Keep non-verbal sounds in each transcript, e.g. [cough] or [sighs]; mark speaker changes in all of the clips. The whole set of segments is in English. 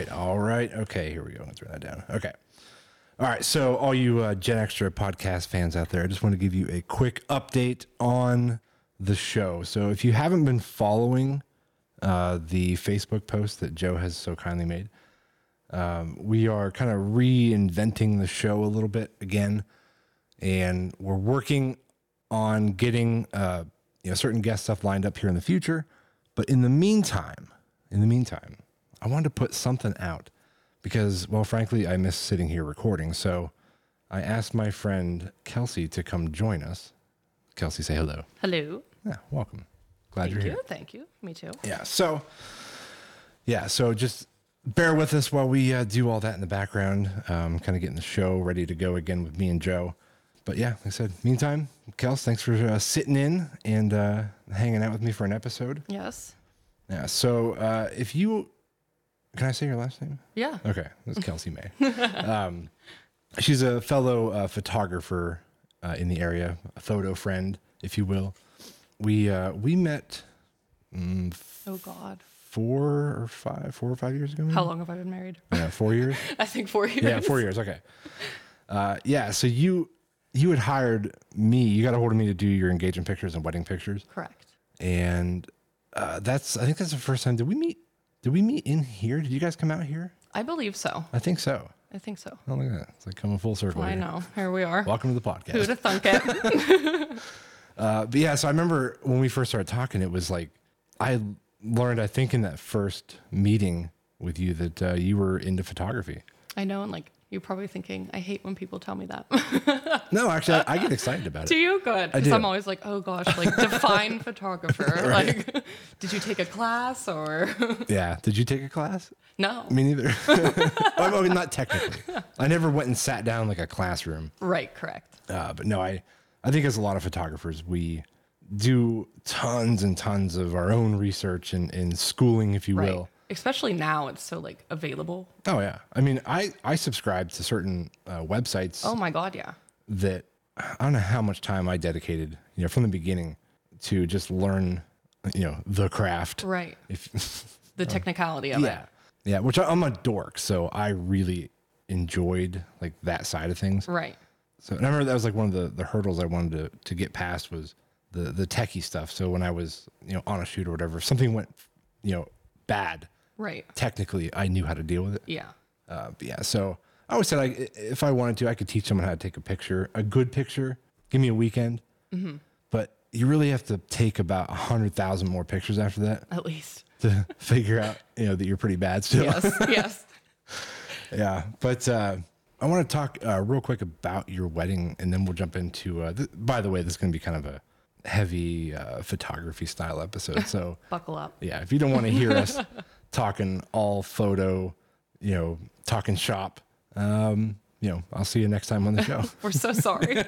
Speaker 1: right. Okay, here we go. Let's write that down. Okay. All right. So, all you uh, Gen Extra podcast fans out there, I just want to give you a quick update on the show. So, if you haven't been following uh, the Facebook post that Joe has so kindly made, um, we are kind of reinventing the show a little bit again, and we're working on getting uh, you know certain guest stuff lined up here in the future. But in the meantime, in the meantime, I wanted to put something out because, well, frankly, I miss sitting here recording. So I asked my friend Kelsey to come join us. Kelsey, say hello.
Speaker 2: Hello.
Speaker 1: Yeah, welcome. Glad
Speaker 2: Thank
Speaker 1: you're
Speaker 2: you.
Speaker 1: here.
Speaker 2: Thank you. Me too.
Speaker 1: Yeah. So, yeah. So just bear with us while we uh, do all that in the background, um, kind of getting the show ready to go again with me and Joe. But yeah, like I said, meantime, Kels, thanks for uh, sitting in and uh, hanging out with me for an episode.
Speaker 2: Yes.
Speaker 1: Yeah. So uh, if you can, I say your last name.
Speaker 2: Yeah.
Speaker 1: Okay, that's Kelsey May. um, she's a fellow uh, photographer uh, in the area, a photo friend, if you will. We uh, we met mm,
Speaker 2: Oh God.
Speaker 1: four or five, four or five years ago. Maybe?
Speaker 2: How long have I been married?
Speaker 1: Yeah, four years.
Speaker 2: [laughs] I think four years.
Speaker 1: Yeah, four years. Okay. Uh, yeah. So you you had hired me. You got a hold of me to do your engagement pictures and wedding pictures,
Speaker 2: Correct.
Speaker 1: and uh, that's I think that's the first time. Did we meet? Did we meet in here? Did you guys come out here?
Speaker 2: I believe so.
Speaker 1: I think so.
Speaker 2: I think so.
Speaker 1: Oh, look at that. It's like coming full circle.
Speaker 2: I
Speaker 1: here.
Speaker 2: know. Here we are.
Speaker 1: Welcome to the podcast.
Speaker 2: Who'd have thunk it?
Speaker 1: Uh, but yeah, so I remember when we first started talking, it was like I learned, I think, in that first meeting with you that uh, you were into photography.
Speaker 2: [laughs] I know. And like, you're probably thinking, I hate when people tell me that.
Speaker 1: No, actually, I, I get excited about
Speaker 2: [laughs] do
Speaker 1: it.
Speaker 2: you? Good. Because
Speaker 1: do.
Speaker 2: I'm always like, oh gosh, like define photographer. Like, [laughs] did you take a class or [laughs]
Speaker 1: Yeah. Did you take a class?
Speaker 2: no?
Speaker 1: Me neither. [laughs] well, I mean, not technically. I never went and sat down like a classroom.
Speaker 2: right. Correct.
Speaker 1: Uh, but no, I, I think as a lot of photographers, we do tons and tons of our own research and, and schooling, if you
Speaker 2: Right.
Speaker 1: will.
Speaker 2: Especially now, it's so like available.
Speaker 1: Oh yeah, I mean, I I subscribe to certain uh, websites
Speaker 2: Oh my God. Yeah.
Speaker 1: that I don't know how much time I dedicated, you know, from the beginning to just learn, you know, the craft.
Speaker 2: Right.
Speaker 1: If [laughs]
Speaker 2: The technicality of
Speaker 1: yeah, yeah, which I, I'm a dork, so I really enjoyed like that side of things.
Speaker 2: it. Right.
Speaker 1: So and I remember that was like one of the the hurdles I wanted to to get past was the the techie stuff. So when I was you know on a shoot or whatever, if something went you know bad
Speaker 2: Right.
Speaker 1: technically, I knew how to deal with it.
Speaker 2: Yeah.
Speaker 1: Uh, but yeah, so I always said I, if I wanted to, I could teach someone how to take a picture, a good picture. Give me a weekend, but you really have to take about a hundred thousand more pictures after that
Speaker 2: At least.
Speaker 1: to [laughs] figure out, you know, that you're pretty bad still. Yeah,
Speaker 2: yes, yes.
Speaker 1: but uh, I want to talk uh, real quick about your wedding, and then we'll jump into. Uh, th- by the way, this is going to be kind of a heavy uh, photography style episode, so.
Speaker 2: Buckle up.
Speaker 1: Yeah, if you don't want to hear us talking all photo, you know, talking shop, um, you know, I'll see you next time on the show.
Speaker 2: [laughs] We're so sorry.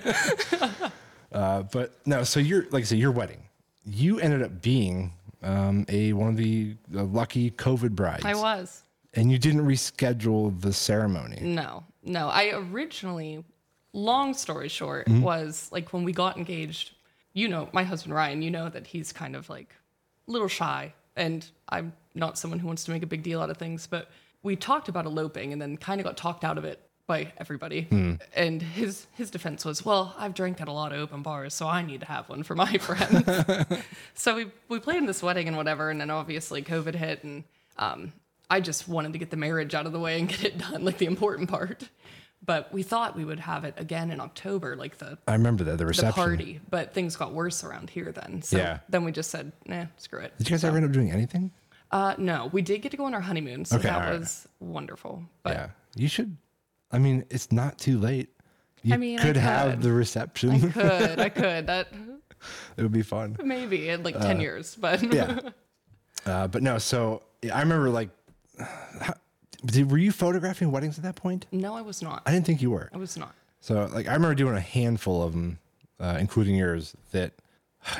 Speaker 1: uh, but no, so you're like I said, your wedding, you ended up being um, a one of the uh, lucky COVID brides,
Speaker 2: [laughs] I was.
Speaker 1: and you didn't reschedule the ceremony.
Speaker 2: No, no. I originally, long story short, was like when we got engaged, you know, my husband Ryan, you know that he's kind of like a little shy. And I'm not someone who wants to make a big deal out of things, but we talked about eloping and then kind of got talked out of it by everybody. And his his defense was, well, I've drank at a lot of open bars, so I need to have one for my [laughs] friends. so we we planned this wedding and whatever, and then obviously COVID hit, and um, I just wanted to get the marriage out of the way and get it done, like the important part. But we thought we would have it again in October, like the
Speaker 1: I remember that the
Speaker 2: the
Speaker 1: reception.
Speaker 2: party. But things got worse around here then. So
Speaker 1: Yeah.
Speaker 2: then we just said, nah, screw it.
Speaker 1: Did you guys ever end up doing anything?
Speaker 2: Uh, no, we did get to go on our honeymoon, so
Speaker 1: Okay,
Speaker 2: that
Speaker 1: alright.
Speaker 2: was wonderful. But
Speaker 1: yeah, you should. I mean, it's not too late. You
Speaker 2: I mean, I
Speaker 1: could
Speaker 2: could.
Speaker 1: have the reception.
Speaker 2: could I could that
Speaker 1: [laughs] it would be
Speaker 2: [laughs]
Speaker 1: fun.
Speaker 2: maybe in like ten years, but
Speaker 1: Uh, yeah. Uh, but no, so yeah, I remember like, [sighs] did, were you photographing weddings at that point?
Speaker 2: no, I was not.
Speaker 1: I didn't think you were.
Speaker 2: I was not.
Speaker 1: So like, I remember doing a handful of them, uh, including yours. That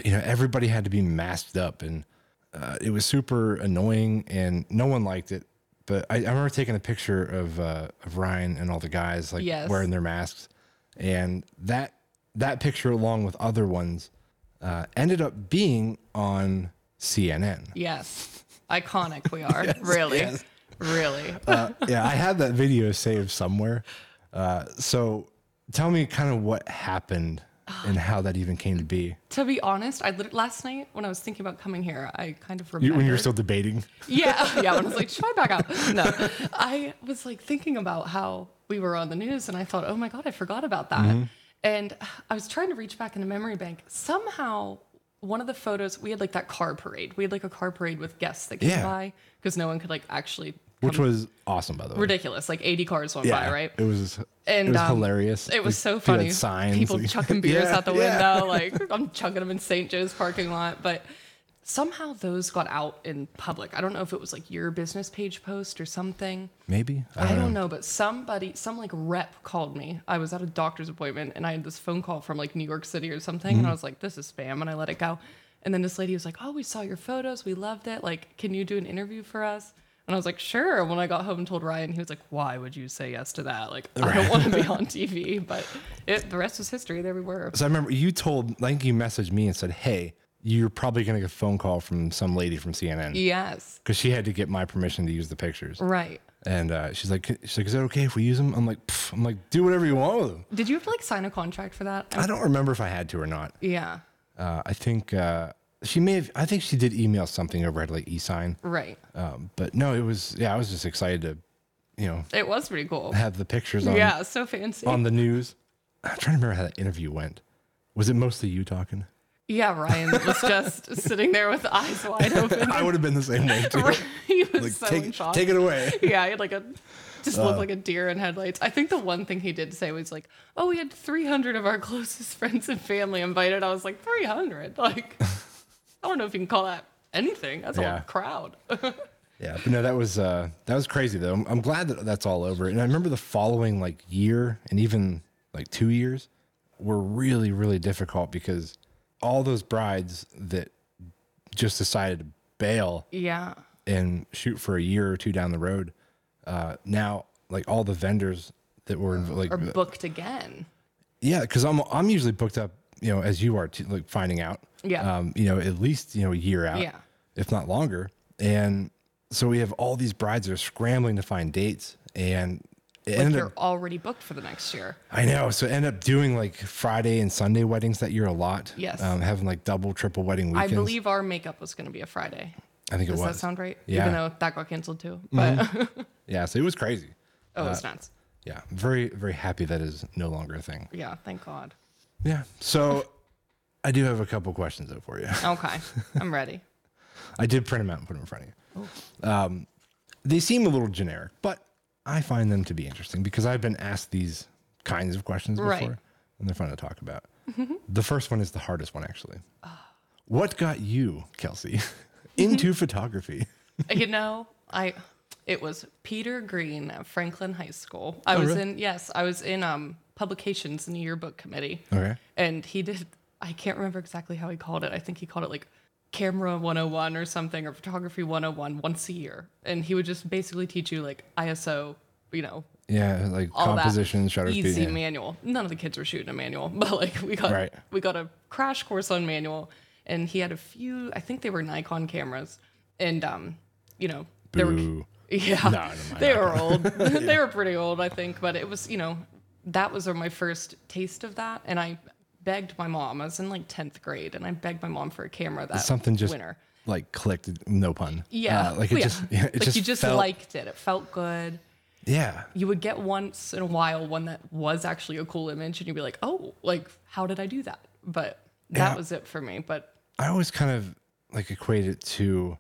Speaker 1: you know, everybody had to be masked up, and uh, it was super annoying, and no one liked it. But I, I remember taking a picture of uh, of Ryan and all the guys like
Speaker 2: Yes.
Speaker 1: wearing their masks, and that that picture along with other ones uh, ended up being on CNN. [laughs]
Speaker 2: Yes, iconic we are really. Really?
Speaker 1: Uh, yeah, I had that video saved somewhere. Uh, so tell me kind of what happened and how that even came to be.
Speaker 2: to be honest, I lit- last night when I was thinking about coming here, I kind of remembered.
Speaker 1: You, when you were still debating.
Speaker 2: Yeah, [laughs] yeah. When I was like, should I
Speaker 1: [laughs]
Speaker 2: back out? No, I was like thinking about how we were on the news, and I thought, oh my god, I forgot about that.
Speaker 1: Mm-hmm.
Speaker 2: And I was trying to reach back in the memory bank. Somehow, one of the photos we had like that car parade. We had like a car parade with guests that came
Speaker 1: Yeah.
Speaker 2: by because no one could like actually.
Speaker 1: Which was awesome, by the way.
Speaker 2: Um, Ridiculous! Like eighty cars went by, right?
Speaker 1: It was
Speaker 2: And
Speaker 1: it was
Speaker 2: um,
Speaker 1: hilarious.
Speaker 2: It was
Speaker 1: Like, they
Speaker 2: so
Speaker 1: had
Speaker 2: funny.
Speaker 1: Signs,
Speaker 2: People
Speaker 1: like-
Speaker 2: chucking beers
Speaker 1: Yeah,
Speaker 2: out the
Speaker 1: yeah.
Speaker 2: window. Like I'm chucking them in St. Joe's parking lot. But somehow those got out in public. I don't know if it was like your business page post or something.
Speaker 1: [laughs] Maybe I
Speaker 2: I
Speaker 1: don't,
Speaker 2: don't,
Speaker 1: know.
Speaker 2: know. but somebody, some like rep called me. I was at a doctor's appointment and I had this phone call from like New York City or something. And I was like, this is spam. And I let it go. And then this lady was like, oh, we saw your photos. We loved it. Like, can you do an interview for us? And I was like, sure. And when I got home and told Ryan, he was like, why would you say yes to that? Like, I don't want to be on TV. But it, the rest was history. There we were.
Speaker 1: So I remember you told. I think you messaged me and said, "Hey, you're probably gonna get a phone call from some lady from CNN
Speaker 2: Yes.
Speaker 1: because she had to get my permission to use the pictures."
Speaker 2: E Right.
Speaker 1: And uh, she's like, "She's like, is that okay if we use them?" I'm like, "Pff," "I'm like, do whatever you want with them."
Speaker 2: Did you have to like sign a contract for that?
Speaker 1: I don't remember if I had to or not.
Speaker 2: yeah.
Speaker 1: Uh, I think uh, she may have. I think she did email something over at like eSign.
Speaker 2: Right.
Speaker 1: Um, but no, it was yeah. I was just excited to, you know,
Speaker 2: It was pretty cool.
Speaker 1: have the pictures on
Speaker 2: Yeah. So fancy.
Speaker 1: on the news. I'm trying to remember how that interview went. Was it mostly you talking? [laughs]
Speaker 2: Yeah, Ryan was just sitting there with eyes
Speaker 1: [laughs]
Speaker 2: wide open.
Speaker 1: I would have been the same way too.
Speaker 2: [laughs] he was
Speaker 1: Like,
Speaker 2: so in
Speaker 1: take,
Speaker 2: shock.
Speaker 1: take Uh. it away.
Speaker 2: yeah, he had like a just looked like a deer in headlights. I think the one thing he did say was like, "Oh, we had 300 of our closest [laughs] friends and family invited." I was like, "300? Like, I don't know if you can call that anything. That's
Speaker 1: Yeah.
Speaker 2: a crowd." [laughs]
Speaker 1: Yeah, but no, that was uh, that was crazy though. I'm, I'm glad that that's all over. And I remember the following like year and even like two years were really really difficult because all those brides that just decided to bail
Speaker 2: yeah,
Speaker 1: and shoot for a year or two down the road. Uh, now, like all the vendors that were inv- like
Speaker 2: or booked again.
Speaker 1: Yeah, because I'm I'm usually booked up, you know, as you are, too, like finding out.
Speaker 2: Yeah.
Speaker 1: Um, you know, at least you know a year out.
Speaker 2: Yeah.
Speaker 1: If not longer, and so we have all these brides that are scrambling to find dates, and it
Speaker 2: Like
Speaker 1: ended
Speaker 2: you're
Speaker 1: up.
Speaker 2: already booked for the next year.
Speaker 1: I know. So end up doing like Friday and Sunday weddings that year a lot.
Speaker 2: Yes.
Speaker 1: Um, having like double, triple wedding
Speaker 2: I
Speaker 1: weekends.
Speaker 2: believe our makeup was going to be a Friday.
Speaker 1: I think it
Speaker 2: Does
Speaker 1: was.
Speaker 2: that sound right?
Speaker 1: Yeah. Mm-hmm.
Speaker 2: Even though that got canceled too, but [laughs]
Speaker 1: yeah. So it was crazy.
Speaker 2: oh,
Speaker 1: Uh.
Speaker 2: it's nuts.
Speaker 1: Yeah. Very, very happy that is no longer a thing.
Speaker 2: Yeah, thank God.
Speaker 1: Yeah.
Speaker 2: [laughs]
Speaker 1: So. I do have a couple questions though for you.
Speaker 2: Okay, I'm ready.
Speaker 1: I did print them out and put them in front of you. Um, they seem a little generic, but I find them to be interesting because I've been asked these kinds of questions before,
Speaker 2: Right.
Speaker 1: and they're fun to talk about. the first one is the hardest one, actually. What got you, Kelsey, [laughs] into photography?
Speaker 2: [laughs] you know, I it was Peter Green at Franklin High School. I was
Speaker 1: really?
Speaker 2: in yes, I was in um publications in the yearbook committee.
Speaker 1: Okay.
Speaker 2: And he did I can't remember exactly how he called it. I think he called it like camera 101 or something or photography 101 once a year. And he would just basically teach you like ISO, you know,
Speaker 1: Yeah, like
Speaker 2: all
Speaker 1: composition,
Speaker 2: that
Speaker 1: shutter
Speaker 2: easy
Speaker 1: speed. yeah.
Speaker 2: manual. None of the kids were shooting a manual, [laughs] but like we got
Speaker 1: Right.
Speaker 2: we got a crash course on manual, and he had a few. I think they were Nikon cameras, and um, you know, they
Speaker 1: Boo.
Speaker 2: were [laughs] yeah,
Speaker 1: No, never mind,
Speaker 2: they were
Speaker 1: [laughs]
Speaker 2: old. [laughs] they were pretty old, I think. But it was you know that was my first taste of that, and I begged my mom. I was in like tenth grade, and I begged my mom for a camera that
Speaker 1: Something just
Speaker 2: winter.
Speaker 1: like clicked, no pun.
Speaker 2: Yeah, Oh,
Speaker 1: Uh, like it
Speaker 2: yeah.
Speaker 1: just, [laughs] yeah, it
Speaker 2: like
Speaker 1: just,
Speaker 2: you just
Speaker 1: felt,
Speaker 2: liked it. It felt good
Speaker 1: yeah,
Speaker 2: you would get once in a while one that was actually a cool image and you'd be like oh like how did i do that but that
Speaker 1: Yeah.
Speaker 2: was it for me but
Speaker 1: I always kind of like equate it to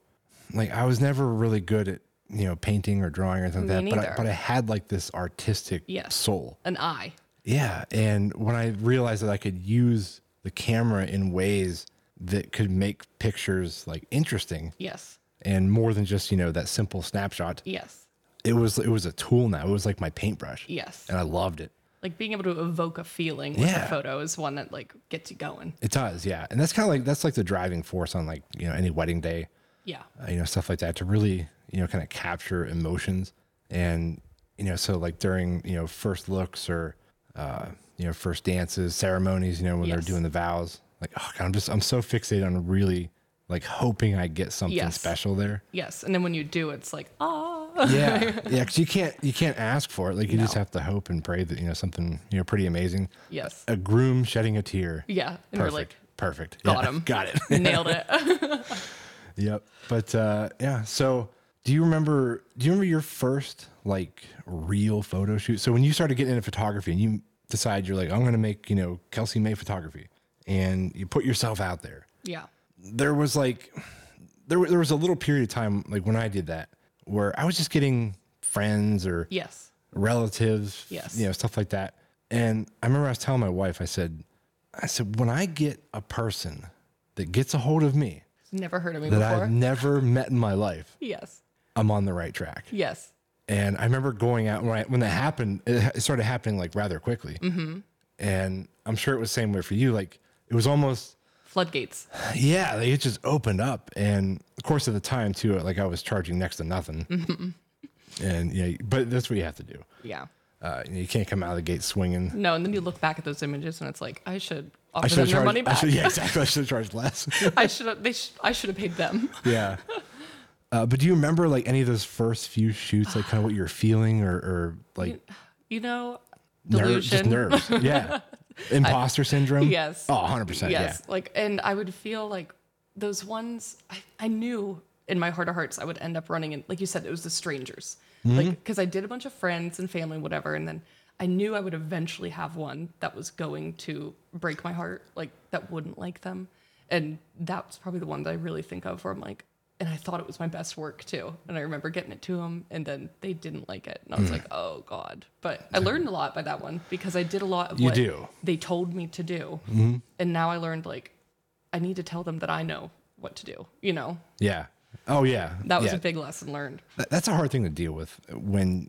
Speaker 1: like I was never really good at you know painting or drawing or anything like that,
Speaker 2: Me
Speaker 1: but I,
Speaker 2: neither.
Speaker 1: but I had like this artistic
Speaker 2: Yes.
Speaker 1: soul.
Speaker 2: an eye
Speaker 1: Yeah, and when I realized that I could use the camera in ways that could make pictures like interesting
Speaker 2: yes
Speaker 1: and more than just you know that simple snapshot,
Speaker 2: yes
Speaker 1: it was it was a tool now. It was like my paintbrush.
Speaker 2: yes
Speaker 1: and I loved it.
Speaker 2: like being able to evoke a feeling with
Speaker 1: Yeah.
Speaker 2: a photo is one that like gets you going
Speaker 1: It does, yeah, and that's kind of like that's like the driving force on like you know any wedding day.
Speaker 2: yeah
Speaker 1: uh, you know, stuff like that to really, you know, kind of capture emotions. And, you know, so like during, you know, first looks or, uh, you know, first dances, ceremonies, you know, when
Speaker 2: Yes.
Speaker 1: they're doing the vows, like, oh, God, I'm just, I'm so fixated on really like hoping I get something
Speaker 2: Yes. [laughs]
Speaker 1: special there.
Speaker 2: yes and then when you do it's like ah
Speaker 1: yeah, yeah. Because you can't you can't ask for it. Like you just have to hope and pray that you know something you know pretty amazing.
Speaker 2: Yes.
Speaker 1: A groom shedding a tear.
Speaker 2: Yeah. And
Speaker 1: Perfect.
Speaker 2: we're like,
Speaker 1: Perfect.
Speaker 2: got
Speaker 1: Yeah,
Speaker 2: him.
Speaker 1: [laughs] Got it.
Speaker 2: nailed it. [laughs]
Speaker 1: Yep. But uh, yeah, so do you remember? Do you remember your first like real photo shoot? So when you started getting into photography and you decide you're like, I'm going to make you know Kelsey May photography, and you put yourself out there.
Speaker 2: yeah.
Speaker 1: There was like, there wa- there was a little period of time like when I did that where I was just getting friends or
Speaker 2: Yes.
Speaker 1: relatives,
Speaker 2: Yes.
Speaker 1: you know, stuff like that. And I remember I was telling my wife, I said, I said when I get a person that gets a hold of me
Speaker 2: Never heard of me
Speaker 1: that
Speaker 2: before.
Speaker 1: I've never met in my life,
Speaker 2: yes.
Speaker 1: I'm on the right track.
Speaker 2: Yes.
Speaker 1: And I remember going out when, I, when that happened, it it started happening like rather quickly.
Speaker 2: Mm-hmm.
Speaker 1: And I'm sure it was the same way for you. Like it was almost,
Speaker 2: Floodgates.
Speaker 1: yeah, like, it just opened up. And of course, at the time too, like I was charging next to nothing.
Speaker 2: Mm-hmm.
Speaker 1: And yeah, but that's what you have to do.
Speaker 2: Yeah.
Speaker 1: Uh, you, know, you can't come out of the gate swinging.
Speaker 2: No, and then you look back at those images and it's like, I should offer
Speaker 1: I
Speaker 2: them
Speaker 1: should have
Speaker 2: their money
Speaker 1: charged. I
Speaker 2: back.
Speaker 1: should, yeah, exactly. I should have charged less.
Speaker 2: [laughs] I should have. They sh- I should have paid them.
Speaker 1: yeah. Uh, but do you remember like any of those first few shoots, like kind of what you're feeling or, or like
Speaker 2: You know,
Speaker 1: Ner-
Speaker 2: delusion. [laughs]
Speaker 1: just nerves. Yeah. Imposter syndrome.
Speaker 2: Yes.
Speaker 1: Oh, 100%.
Speaker 2: Yes. Like, and I would feel like those ones I, I knew in my heart of hearts I would end up running in, like you said, it was the strangers. Like, because I did a bunch of friends and family, whatever. And then I knew I would eventually have one that was going to break my heart, like, that wouldn't like them. And that's probably the one that I really think of where I'm like, and I thought it was my best work too. And I remember getting it to them, and then they didn't like it. And I was like, oh, God. But I learned a lot by that one because I did a lot of
Speaker 1: You
Speaker 2: what
Speaker 1: do. Mm-hmm.
Speaker 2: they told me to do. And now I learned like I need to tell them that I know what to do, you know.
Speaker 1: Yeah. Yeah. Oh, yeah.
Speaker 2: That was
Speaker 1: Yeah.
Speaker 2: a big lesson learned.
Speaker 1: Th- That's a hard thing to deal with when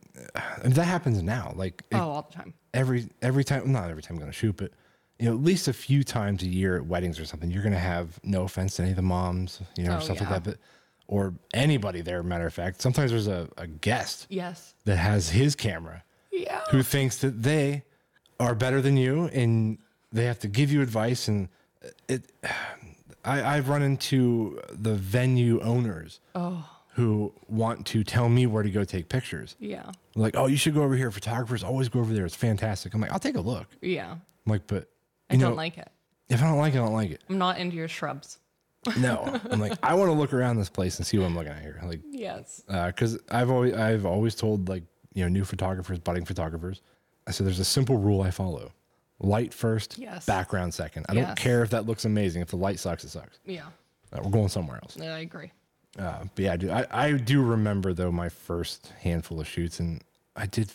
Speaker 1: and that happens now. Like it-
Speaker 2: Oh, all the time.
Speaker 1: every every time, not every time I'm going to shoot, but you know, at least a few times a year at weddings or something, you're going to have no offense to any of the moms, you know, or
Speaker 2: Oh,
Speaker 1: stuff
Speaker 2: yeah.
Speaker 1: like that, but or anybody there. Matter of fact, sometimes there's a, a guest
Speaker 2: Yes.
Speaker 1: that has his camera
Speaker 2: Yeah.
Speaker 1: who thinks that they are better than you and they have to give you advice and it I, I've run into the venue owners
Speaker 2: Oh.
Speaker 1: who want to tell me where to go take pictures.
Speaker 2: Yeah.
Speaker 1: Like, oh, you should go over here. Photographers always go over there. It's fantastic. I'm like, I'll take a look.
Speaker 2: Yeah.
Speaker 1: I'm like, but
Speaker 2: I
Speaker 1: you
Speaker 2: don't
Speaker 1: know,
Speaker 2: like it.
Speaker 1: if I don't like it, I don't
Speaker 2: [laughs]
Speaker 1: like it.
Speaker 2: I'm not into your shrubs.
Speaker 1: No, I'm like, I want to look around this place and see what I'm looking at here. Like,
Speaker 2: Yes.
Speaker 1: because Uh, I've always I've always told like you know new photographers, budding photographers. I said there's a simple rule I follow: light first,
Speaker 2: Yes.
Speaker 1: background second. I don't
Speaker 2: Yes.
Speaker 1: care if that looks amazing. If the light sucks, it sucks.
Speaker 2: Yeah.
Speaker 1: Uh, we're going somewhere else.
Speaker 2: Yeah, I agree.
Speaker 1: Uh, but yeah, I do. I, I do remember though my first handful of shoots, and I did.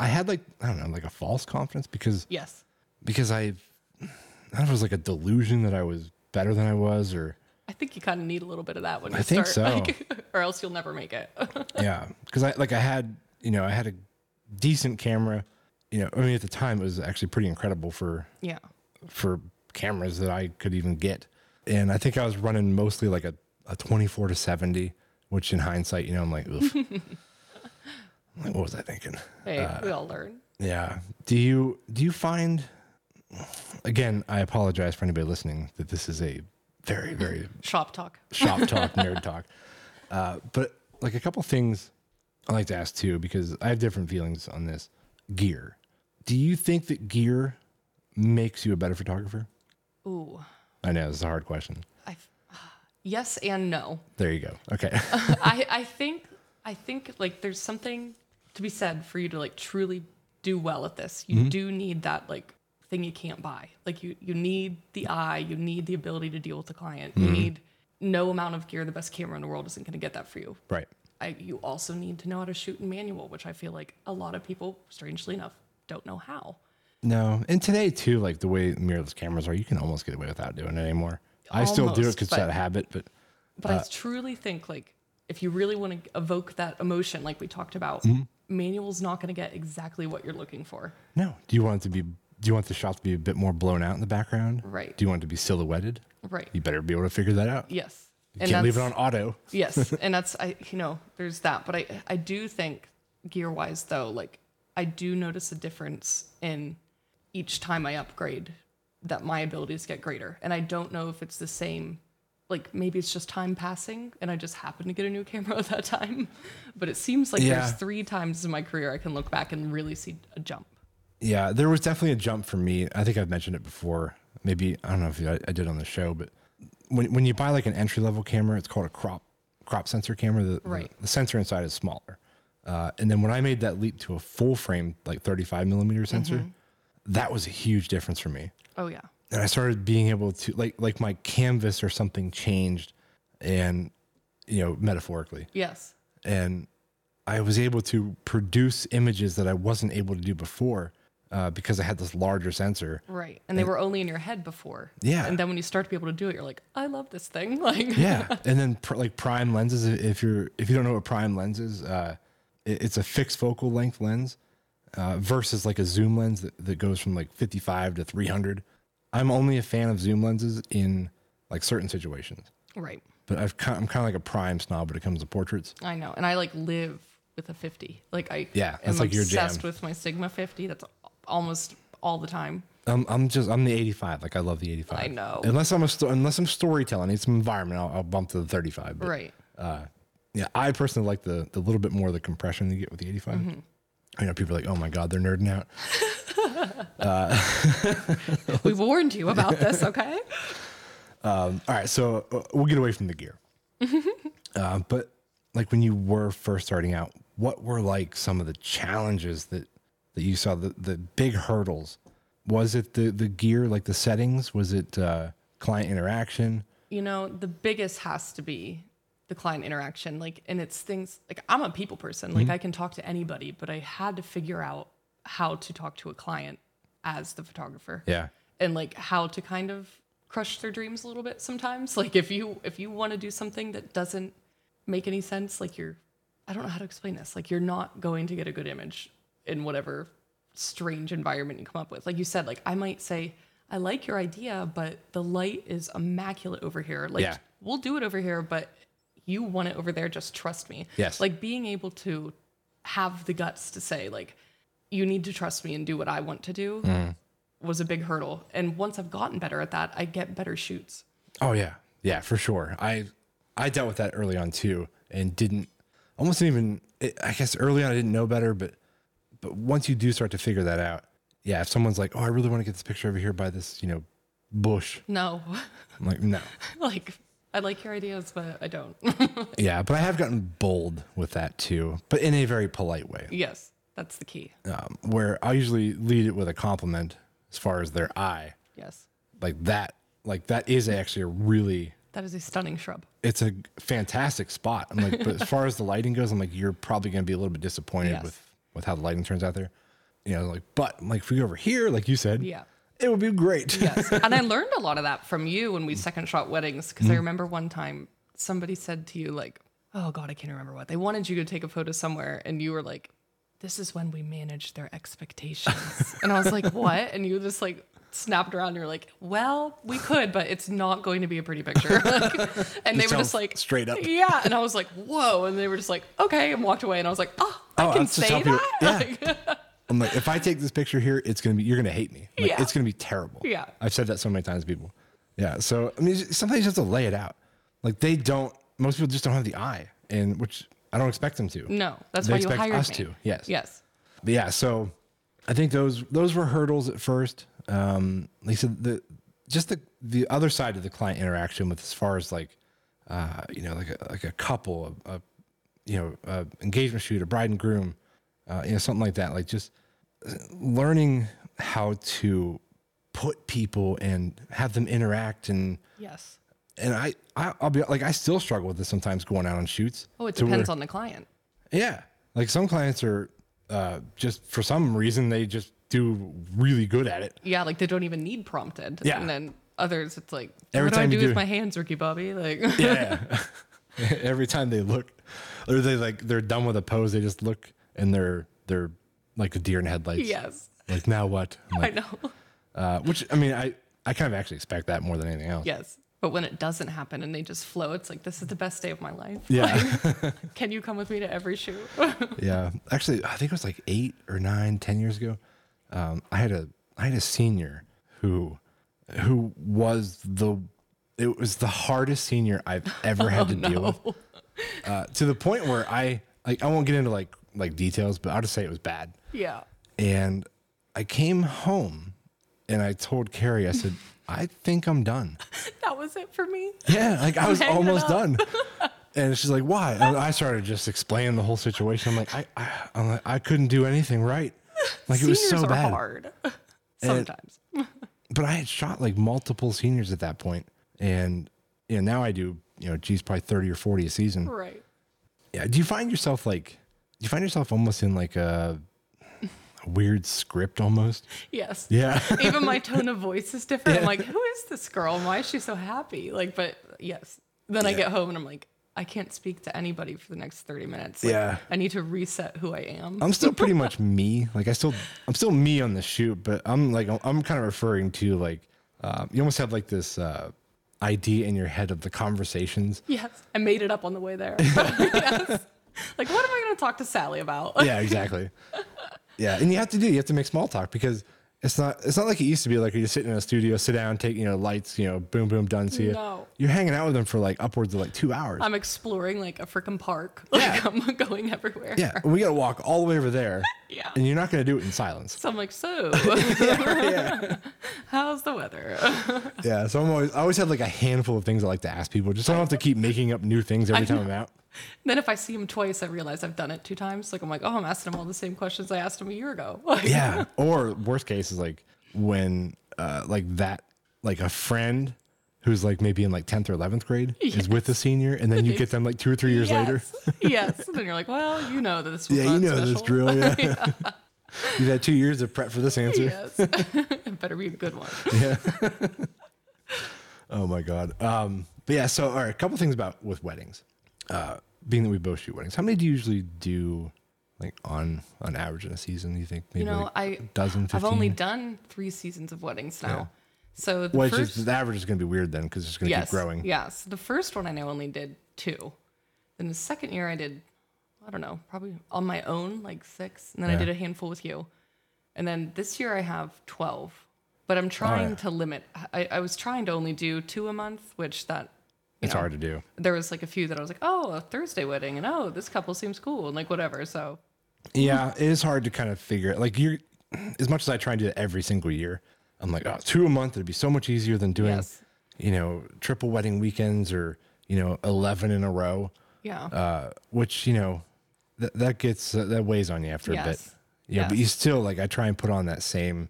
Speaker 1: I had like I don't know, like a false confidence because
Speaker 2: Yes.
Speaker 1: because I, I don't know, if it was like a delusion that I was better than I was, or
Speaker 2: I think you kind of need a little bit of that when you
Speaker 1: I think
Speaker 2: start, like, [laughs] or else you'll never make it. [laughs]
Speaker 1: yeah because i like i had you know i had a decent camera you know i mean at the time it was actually pretty incredible for
Speaker 2: yeah.
Speaker 1: for cameras that i could even get and i think i was running mostly like a, a 24 to 70 which in hindsight you know i'm like oof I'm like what was i thinking
Speaker 2: Hey,
Speaker 1: Uh,
Speaker 2: we all learn.
Speaker 1: yeah do you do you find again i apologize for anybody listening that this is a very very
Speaker 2: Shop talk.
Speaker 1: shop talk, nerd talk. Uh, but like a couple things I like to ask too, because I have different feelings on this. Gear. Do you think that gear makes you a better photographer?
Speaker 2: Ooh.
Speaker 1: I know it's a hard question.
Speaker 2: I [sighs] Yes and no.
Speaker 1: There you go.
Speaker 2: [laughs]
Speaker 1: Okay.
Speaker 2: I, I think I think like there's something to be said for you to like truly do well at this. You do need that like thing you can't buy. Like you you need the eye, you need the ability to deal with the client. You need no amount of gear, the best camera in the world isn't going to get that for you.
Speaker 1: right.
Speaker 2: I, you also need to know how to shoot in manual, which I feel like a lot of people, strangely enough, don't know how.
Speaker 1: No. And today too, like the way mirrorless cameras are, you can almost get away without doing it anymore. I still do it
Speaker 2: Almost,
Speaker 1: because it's
Speaker 2: but-
Speaker 1: out of habit, but
Speaker 2: But I truly think like if you really want to evoke that emotion, like we talked about, manual's not going to get exactly what you're looking for.
Speaker 1: no. Do you want it to be? Do you want the shot to be a bit more blown out in the background?
Speaker 2: Right.
Speaker 1: Do you want it to be silhouetted?
Speaker 2: Right.
Speaker 1: You better be able to figure that out.
Speaker 2: Yes.
Speaker 1: You can't leave it
Speaker 2: that's-
Speaker 1: on auto. [laughs]
Speaker 2: yes, and that's I you know there's that, but I I do think gear wise though, like I do notice a difference in each time I upgrade that my abilities get greater, and I don't know if it's the same like maybe it's just time passing and I just happened to get a new camera [laughs] at that time. But it seems like
Speaker 1: Yeah.
Speaker 2: there's three times in my career I can look back and really see a jump.
Speaker 1: Yeah, there was definitely a jump for me. I think I've mentioned it before. Maybe I don't know if I, I did on the show, but when when you buy like an entry level camera, it's called a crop crop sensor camera. The, the-
Speaker 2: Right.
Speaker 1: the, sensor inside is smaller. Uh, and then when I made that leap to a full frame, like 35 millimeter sensor, that was a huge difference for me.
Speaker 2: Oh yeah.
Speaker 1: And I started being able to like like my canvas or something changed, and you know metaphorically,
Speaker 2: Yes.
Speaker 1: and I was able to produce images that I wasn't able to do before uh, because I had this larger sensor.
Speaker 2: Right. And they were only in your head before.
Speaker 1: Yeah.
Speaker 2: And then when you start to be able to do it, you're like, I love this thing. [laughs] Like
Speaker 1: Yeah, and then pr- like prime lenses. i- If you're if you don't know what prime lens is, uh, it- it's a fixed focal length lens uh, versus like a zoom lens that, that goes from like 55 to 300. I'm only a fan of zoom lenses in like certain situations,
Speaker 2: Right.
Speaker 1: but I've ki- I'm kind of like a prime snob when it comes to portraits.
Speaker 2: I know. And I like live with a 50. Like I
Speaker 1: Yeah,
Speaker 2: am
Speaker 1: that's like your jam.
Speaker 2: obsessed with my Sigma 50. That's almost all the time.
Speaker 1: I'm, I'm just I'm the 85. Like I love the 85.
Speaker 2: I know.
Speaker 1: Unless I'm a sto- unless I'm storytelling, it's some environment. I'll, I'll bump to the 35. But
Speaker 2: Right.
Speaker 1: yeah, I personally like the the little bit more of the compression you get with the 85.
Speaker 2: Mm-hmm.
Speaker 1: I know people are like, oh my god, they're nerding out.
Speaker 2: We warned you
Speaker 1: [laughs]
Speaker 2: about this, okay?
Speaker 1: All right, so uh, we'll get away from the
Speaker 2: [laughs]
Speaker 1: gear. uh, but like when you were first starting out, what were like some of the challenges that that you saw the the big hurdles? Was it the the gear, like the settings? Was it uh, client interaction?
Speaker 2: you know, the biggest has to be the client interaction. Like, and it's things like I'm a people person.
Speaker 1: Mhm.
Speaker 2: Like, I can talk to anybody, but I had to figure out how to talk to a client as the photographer
Speaker 1: Yeah,
Speaker 2: and like how to kind of crush their dreams a little bit sometimes. [laughs] Like, if you if you want to do something that doesn't make any sense, like you're, I don't know how to explain this. Like, you're not going to get a good image in whatever strange environment you come up with. Like you said, like I might say. I like your idea, but the light is immaculate over here. Like
Speaker 1: Yeah.
Speaker 2: we'll do it over here, but you want it over there. Just trust me.
Speaker 1: Yes.
Speaker 2: Like being able to have the guts to say, like, you need to trust me and do what I want to do was a big hurdle. And once I've gotten better at that, I get better shoots.
Speaker 1: Oh yeah, yeah, for sure. I I dealt with that early on too, and didn't almost didn't even. It, I guess early on I didn't know better, but but once you do start to figure that out, yeah. If someone's like, "Oh, I really want to get this picture over here by this," you know, bush,
Speaker 2: No, [laughs]
Speaker 1: I'm like, no,
Speaker 2: like I like your ideas, but I don't. [laughs]
Speaker 1: yeah. But I have gotten bold with that too, but in a very polite way,
Speaker 2: yes, that's the key.
Speaker 1: um, where I usually lead it with a compliment as far as their eye,
Speaker 2: Yes,
Speaker 1: like that. Like that is actually a really
Speaker 2: that is a stunning shrub.
Speaker 1: it's a fantastic spot. I'm like, but as far as the lighting goes, I'm like, you're probably gonna be a little bit disappointed
Speaker 2: Yes.
Speaker 1: with with how the lighting turns out there. You know, like, but I'm like if we go over here, like you said,
Speaker 2: Yeah.
Speaker 1: it would be great.
Speaker 2: Yes. and I learned a lot of that from you
Speaker 1: Mm.
Speaker 2: when we second shot weddings because
Speaker 1: Mm-hmm.
Speaker 2: I remember one time somebody said to you like, "Oh God, I can't remember what they wanted you to take a photo somewhere," and you were like, "This is when we manage
Speaker 1: [laughs]
Speaker 2: their expectations," and I was like, "What?" And you just like snapped around. and You're like, "Well, we could, but it's not going to be a
Speaker 1: [laughs]
Speaker 2: pretty picture." Like, and they
Speaker 1: Just
Speaker 2: were
Speaker 1: tell
Speaker 2: just like,
Speaker 1: straight up.
Speaker 2: yeah." And I was like, "Whoa!" And they were just like, "Okay," and walked away. And I was like, "Oh,
Speaker 1: [laughs] Oh,
Speaker 2: I can
Speaker 1: that's just
Speaker 2: say
Speaker 1: how people-
Speaker 2: that."
Speaker 1: yeah.
Speaker 2: Like, [laughs]
Speaker 1: I'm like, if I take this picture here, it's gonna be you're gonna hate me. Like,
Speaker 2: Yeah.
Speaker 1: It's gonna be terrible.
Speaker 2: Yeah.
Speaker 1: I've said that so many times, to people. Yeah. So I mean, sometimes you just have to lay it out. Like they don't. Most people just don't have the eye, and which I don't expect them to.
Speaker 2: no, Mm, that's
Speaker 1: They
Speaker 2: why you
Speaker 1: expect
Speaker 2: hired
Speaker 1: us
Speaker 2: me.
Speaker 1: to, yes.
Speaker 2: Yes.
Speaker 1: But yeah, so I think those those were hurdles at first. Um, like I said, the just the the other side of the client interaction with as far as like uh, you know like a, like a couple, a, a you know a engagement shoot, a bride and groom, uh, you know something like that. Like just uh, learning how to put people and have them interact and
Speaker 2: Yes.
Speaker 1: and I, I I'll be like I still struggle with this sometimes going out on shoots.
Speaker 2: Oh, it
Speaker 1: to where-
Speaker 2: depends on the client.
Speaker 1: yeah. Like some clients are uh, just for some reason they just do really good at it.
Speaker 2: Yeah, like they don't even need prompted.
Speaker 1: Yeah.
Speaker 2: And then others, it's like,
Speaker 1: Every
Speaker 2: what do I
Speaker 1: time
Speaker 2: do
Speaker 1: you do-
Speaker 2: with my hands, Ricky Bobby? Like, [laughs]
Speaker 1: Yeah. [laughs] Every time they look or they like they're done with a pose, they just look and they're they're like a deer in headlights.
Speaker 2: yes,
Speaker 1: Like now what? I'm
Speaker 2: I
Speaker 1: like,
Speaker 2: know.
Speaker 1: uh, which I mean I I kind of actually expect that more than anything else.
Speaker 2: Yes. But when it doesn't happen and they just flow, it's like, this is the best day of my life.
Speaker 1: Yeah.
Speaker 2: Can you come with me to every shoot? [laughs]
Speaker 1: yeah. Actually, I think it was like eight or nine, ten years ago. Um, I had a I had a senior who who was the It was the hardest senior I've ever had to deal with. Uh, to the point where I like I won't get into like like details, but I'll just say it was bad.
Speaker 2: Yeah.
Speaker 1: And I came home and I told Carrie, I said, I think I'm done.
Speaker 2: That was it for me.
Speaker 1: Yeah, like I was
Speaker 2: hanging
Speaker 1: almost
Speaker 2: up.
Speaker 1: done. And she's like, "Why?" And I started just explaining the whole situation. I'm like, "I, I, I'm like, I couldn't do anything right. Like it was
Speaker 2: Seniors
Speaker 1: so
Speaker 2: are
Speaker 1: bad."
Speaker 2: hard. [laughs] Sometimes.
Speaker 1: But I had shot like multiple seniors at that point, and you know now I do. You know, geez, probably thirty or forty a season.
Speaker 2: right.
Speaker 1: Yeah. Do you find yourself like? Do you find yourself almost in like a, a weird script almost?
Speaker 2: Yes.
Speaker 1: Yeah.
Speaker 2: Even my tone of voice is different. I'm like, who is this girl? Why is she so happy? Like, but yes. Then I get home and I'm like, I can't speak to anybody for the next 30 minutes. Like,
Speaker 1: Yeah.
Speaker 2: I need to reset who I am.
Speaker 1: I'm still pretty much me. Like I still, I'm still me on the shoot, but I'm like, I'm kind of referring to like, uh, you almost have like this uh, idea in your head of the conversations.
Speaker 2: yes. I made it up on the
Speaker 1: [laughs]
Speaker 2: way there. yes. Like, what am I going to talk to Sally about?
Speaker 1: Yeah, exactly. yeah, and you have to do. You have to make small talk because it's not. It's not like it used to be. Like you're just sitting in a studio, sit down, take you know lights, you know, boom, boom, done. See you.
Speaker 2: No.
Speaker 1: You're hanging out with them for like upwards of like two hours.
Speaker 2: [laughs] I'm exploring like a freaking park. Like,
Speaker 1: Yeah.
Speaker 2: I'm [laughs] going everywhere.
Speaker 1: yeah, we got to walk all the way over there.
Speaker 2: Yeah.
Speaker 1: And you're not going to do it in silence.
Speaker 2: [laughs] So I'm
Speaker 1: [laughs]
Speaker 2: like, so how's the weather? [laughs]
Speaker 1: Yeah, so I'm always, I always have like a handful of things I like to ask people, just so I don't have to keep making up new things every time I'm out.
Speaker 2: then if I see him twice, I realize I've done it two times. Like I'm like, oh, I'm asking him all the same questions I asked him a year ago. [laughs] Like,
Speaker 1: Yeah. or worst case is like when uh like that like a friend who's like maybe in like 10th or 11th grade is with a senior and then you get them like 2 or 3 years later.
Speaker 2: yes. [laughs] yes. And then you're like, well, you know that this was
Speaker 1: Yeah,
Speaker 2: not
Speaker 1: you know this
Speaker 2: special.
Speaker 1: drill, yeah. You've had 2 years of prep for this answer.
Speaker 2: [laughs] Yes. [laughs] it better be a good one.
Speaker 1: [laughs] Oh my god. Um but yeah, so all right, a couple things about with weddings. Uh being that we both shoot weddings. How many do you usually do like on on average in a season, do you think? Maybe
Speaker 2: You know,
Speaker 1: like
Speaker 2: I
Speaker 1: dozen,
Speaker 2: I've only
Speaker 1: 15?
Speaker 2: done three seasons of weddings now. So the
Speaker 1: which
Speaker 2: first
Speaker 1: is the average is going to be weird then cuz it's going to
Speaker 2: yes,
Speaker 1: keep growing.
Speaker 2: Yes. The first one I know only did two. Then the second year I did, I don't know, probably on my own, like six. And then
Speaker 1: Yeah.
Speaker 2: I did a handful with you. And then this year I have 12. But
Speaker 1: Oh,
Speaker 2: I'm trying to limit. I, I was trying to only do two a month, which that you
Speaker 1: It's
Speaker 2: know,
Speaker 1: hard to do.
Speaker 2: There was like a few that I was like, oh, a Thursday wedding, and oh, this couple seems cool, and like whatever. So
Speaker 1: Yeah, it is hard to kind of figure it. Like you're as much as I try and do it every single year, I'm like, oh, two a month, it'd be so much easier than doing,
Speaker 2: Yes.
Speaker 1: you know, triple wedding weekends or, you know, 11 in a row,
Speaker 2: yeah,
Speaker 1: uh, which, you know, that that gets, uh, that weighs on you after a bit.
Speaker 2: Yes.
Speaker 1: Yeah. But
Speaker 2: Yes.
Speaker 1: you still like, I try and put on that same,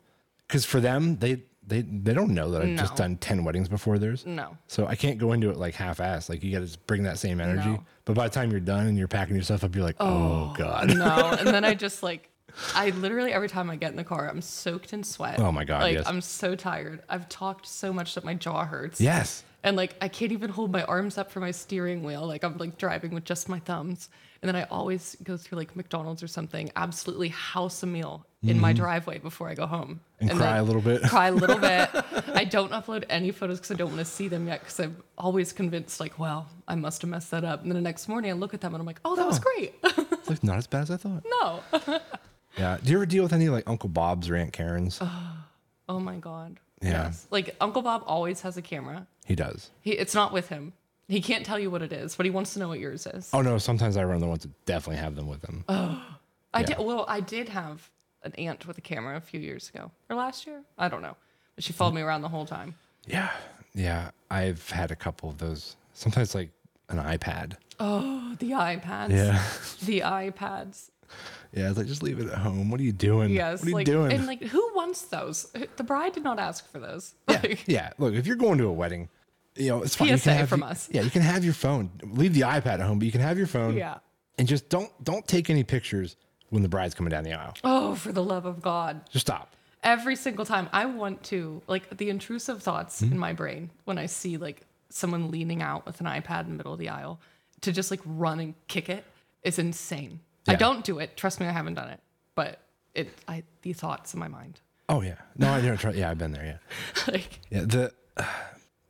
Speaker 1: cause for them, they, they, they don't know that I've just
Speaker 2: No.
Speaker 1: done 10 weddings before theirs.
Speaker 2: no,
Speaker 1: So I can't go into it like half-assed. Like you got to just bring that same energy.
Speaker 2: No.
Speaker 1: But by the time you're done and you're packing yourself up, you're like, oh god.
Speaker 2: [laughs] no.
Speaker 1: [laughs]
Speaker 2: And then I just like, I literally every time I get in the car, I'm soaked in sweat.
Speaker 1: Oh my God,
Speaker 2: Like
Speaker 1: yes.
Speaker 2: I'm so tired. I've talked so much that my jaw hurts.
Speaker 1: Yes.
Speaker 2: And like I can't even hold my arms up for my steering wheel. Like I'm like driving with just my thumbs. And then I always go through like McDonald's or something, absolutely house a meal in my driveway before I go home.
Speaker 1: Mm-hmm. And cry
Speaker 2: then
Speaker 1: a little bit. [laughs]
Speaker 2: Cry a little bit. I don't upload any photos because I don't want to see them yet because I'm always convinced like, wow, I must have messed that up. And then the next morning I look at them and I'm like, oh, that was
Speaker 1: Oh.
Speaker 2: great. [laughs]
Speaker 1: It's like not as bad as I thought.
Speaker 2: no.
Speaker 1: Yeah. Do you ever deal with any like Uncle Bob's or Aunt Karen's?
Speaker 2: Oh my God.
Speaker 1: Yeah.
Speaker 2: Like Uncle Bob always has a camera.
Speaker 1: He does.
Speaker 2: He, it's not with him. He can't tell you what it is, but he wants to know what yours is.
Speaker 1: Oh no, sometimes I run the ones that definitely have them with them.
Speaker 2: I
Speaker 1: Yeah.
Speaker 2: did. Well, I did have an aunt with a camera a few years ago, or last year. I don't know, but she followed me around the whole time.
Speaker 1: yeah. Yeah. I've had a couple of those. Sometimes like an iPad.
Speaker 2: Oh, the iPads. [laughs] The iPads.
Speaker 1: Yeah. It's like just leave it at home. What are you doing?
Speaker 2: Yes.
Speaker 1: What are you
Speaker 2: like,
Speaker 1: doing?
Speaker 2: And like, who wants those? The bride did not ask for those.
Speaker 1: [laughs]
Speaker 2: [laughs]
Speaker 1: yeah. yeah. Look, if you're going to a wedding, you know, it's fine. you
Speaker 2: PSA
Speaker 1: can have
Speaker 2: from
Speaker 1: your-
Speaker 2: us.
Speaker 1: Yeah, you can have your phone. Leave the iPad at home, but you can have your phone.
Speaker 2: Yeah.
Speaker 1: And just don't don't take any pictures when the bride's coming down the aisle.
Speaker 2: Oh, for the love of God.
Speaker 1: Just stop.
Speaker 2: every single time I want to like the intrusive thoughts
Speaker 1: Hmm?
Speaker 2: in my brain when I see like someone leaning out with an iPad in the middle of the aisle to just like run and kick it is insane. I
Speaker 1: Yeah.
Speaker 2: don't do it. Trust me, I haven't done it. But it I the thoughts in my mind. [laughs]
Speaker 1: Oh yeah. No, I don't try. Yeah, I've been there. Yeah.
Speaker 2: like
Speaker 1: Yeah, the [sighs]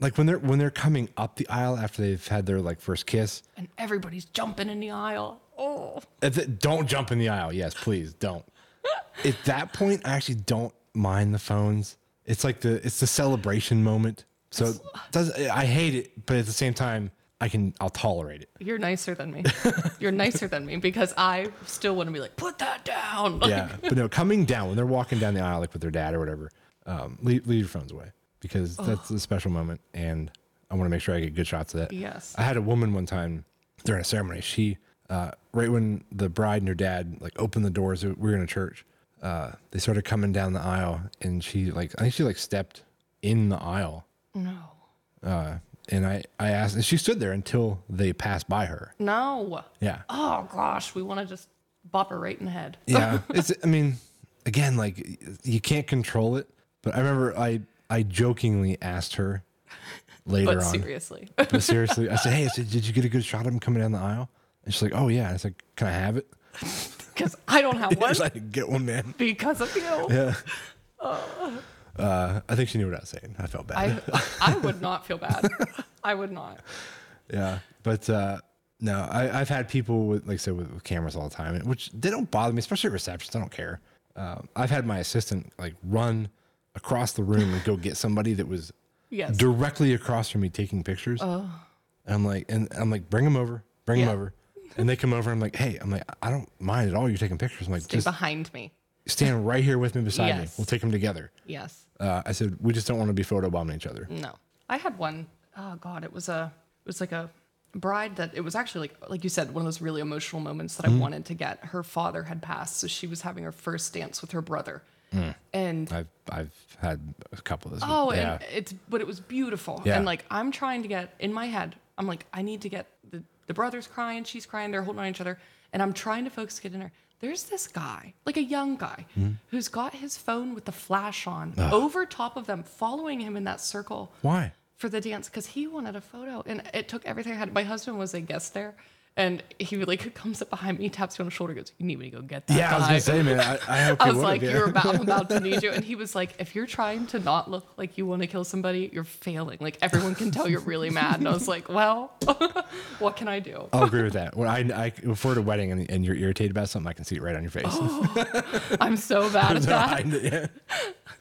Speaker 1: like when they're when they're coming up the aisle after they've had their like first kiss.
Speaker 2: and everybody's jumping in the aisle. Oh
Speaker 1: if it- Don't jump in the aisle. Yes, please don't. At that point, I actually don't mind the phones. It's like the it's the celebration moment. So it does I hate it, but at the same time, I can I'll tolerate it.
Speaker 2: You're nicer
Speaker 1: [laughs]
Speaker 2: than me. You're nicer than me because I still want to be like, put that down. Like,
Speaker 1: Yeah, but no, coming down when they're walking down the aisle like with their dad or whatever, um, leave, leave your phones away because that's a special moment, and I want to make sure I get good shots of that.
Speaker 2: Yes.
Speaker 1: I had a woman one time during a ceremony. She, uh, right when the bride and her dad like opened the doors, we were in a church. Uh, they started coming down the aisle, and she like I think she like stepped in the aisle,
Speaker 2: No.
Speaker 1: uh, and I I asked, and she stood there until they passed by her.
Speaker 2: No.
Speaker 1: Yeah.
Speaker 2: Oh gosh, we want to just bop her right in the head. [laughs]
Speaker 1: yeah it's i mean again like you can't control it but i remember i i jokingly asked her later
Speaker 2: But
Speaker 1: on
Speaker 2: seriously.
Speaker 1: but seriously i said hey i said did you get a good shot of him coming down the aisle and she's like oh yeah i said can i have it
Speaker 2: Because I don't have one
Speaker 1: she's like get one man
Speaker 2: because of you.
Speaker 1: uh, i think she knew what i was saying i felt bad
Speaker 2: Oh. I I would not feel bad. I would not.
Speaker 1: yeah but uh no, I, I've had people with, like I said, with, with cameras all the time, which they don't bother me, especially at receptions. I don't care. Uh, I've had my assistant like run across the room and go get somebody that was
Speaker 2: Yes. Oh.
Speaker 1: directly across from me taking pictures. And I'm like, and I'm like, bring them over, bring them
Speaker 2: Yeah.
Speaker 1: over. And they come over. I'm like, hey, I'm like, I don't mind at all. You're taking pictures. I'm like,
Speaker 2: Stay
Speaker 1: just
Speaker 2: behind me.
Speaker 1: stand right here with me beside me.
Speaker 2: Yes.
Speaker 1: We'll take them together.
Speaker 2: Yes.
Speaker 1: Uh, I said, we just don't want to be photobombing each other.
Speaker 2: No. I had one. Oh god, it was a it was like a bride that it was actually like like you said one of those really emotional moments that I wanted to get. Her father had passed, so she was having her first dance with her brother. And
Speaker 1: I've I've had a couple of those.
Speaker 2: oh,
Speaker 1: yeah.
Speaker 2: and it's but it was beautiful.
Speaker 1: Yeah.
Speaker 2: And like I'm trying to get in my head, I'm like I need to get the the brothers crying, she's crying, they're holding on each other, and I'm trying to focus get in her. There's this guy, like a young guy,
Speaker 1: Hmm.
Speaker 2: who's got his phone with the flash on over top of them, following him in that circle
Speaker 1: Why?
Speaker 2: for the dance because he wanted a photo and it took everything I had. My husband was a guest there and he like comes up behind me, taps you on the shoulder, goes, You need me to go get that.
Speaker 1: Yeah, I was
Speaker 2: guy."
Speaker 1: gonna say, man. I, I hope
Speaker 2: I
Speaker 1: you
Speaker 2: was
Speaker 1: would
Speaker 2: like,
Speaker 1: yeah.
Speaker 2: You're about, I'm about to need [laughs] you. And he was like, If you're trying to not look like you want to kill somebody, you're failing. Like everyone can tell you're really mad. And I was like, Well, [laughs] what can I do?
Speaker 1: I'll agree with that. When I, I if we're at a wedding and, and you're irritated about something, I can see it right on your face.
Speaker 2: Oh,
Speaker 1: [laughs]
Speaker 2: I'm so bad at that.
Speaker 1: I- yeah.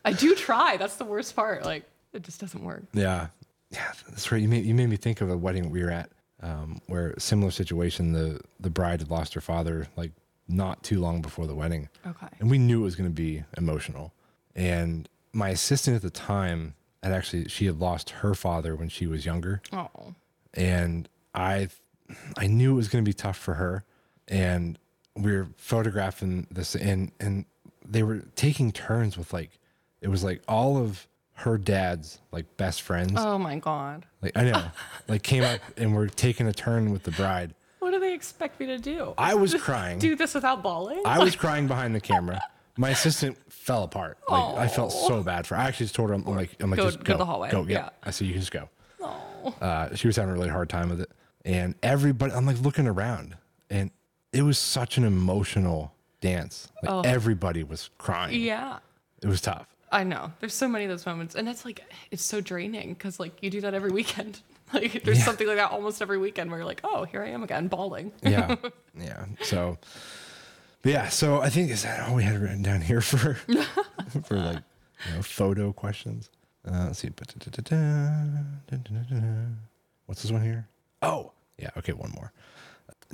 Speaker 2: I do try. That's the worst part. Like it just doesn't work.
Speaker 1: Yeah, yeah, that's right. You made you made me think of a wedding we were at, um, where similar situation. The the bride had lost her father like not too long before the wedding,
Speaker 2: Okay.
Speaker 1: and we knew it was going to be emotional. And my assistant at the time had actually she had lost her father when she was younger,
Speaker 2: Oh.
Speaker 1: and I I knew it was going to be tough for her. And we were photographing this, and and they were taking turns with like it was like all of her dad's like best friends
Speaker 2: Oh my God.
Speaker 1: like I know, like came up and we're taking a turn with the bride.
Speaker 2: What do they expect me to do?
Speaker 1: I was
Speaker 2: [laughs]
Speaker 1: crying.
Speaker 2: do this without bawling?
Speaker 1: I was crying behind the camera. My assistant fell apart. Like I felt so bad for. Her. I actually just told her, I'm like, I'm like,
Speaker 2: Go-
Speaker 1: just
Speaker 2: go
Speaker 1: go,
Speaker 2: to the hallway.
Speaker 1: Go, yeah.
Speaker 2: Yeah.
Speaker 1: I said, you can just go.
Speaker 2: Oh.
Speaker 1: Uh, she was having a really hard time with it, and everybody, I'm like looking around, and it was such an emotional dance. Like everybody was crying.
Speaker 2: Oh. Yeah.
Speaker 1: It was tough.
Speaker 2: I know. There's so many of those moments, and it's like it's so draining because like you do that every weekend. [laughs] Like there's something like that almost every weekend where you're like, oh, here I am again, bawling. [laughs]
Speaker 1: Yeah, yeah. So, but yeah. So I think is that all we had written down here
Speaker 2: [laughs]
Speaker 1: for for like you know, photo questions. Uh, let's see. What's this one here? Oh, yeah. Okay, one more.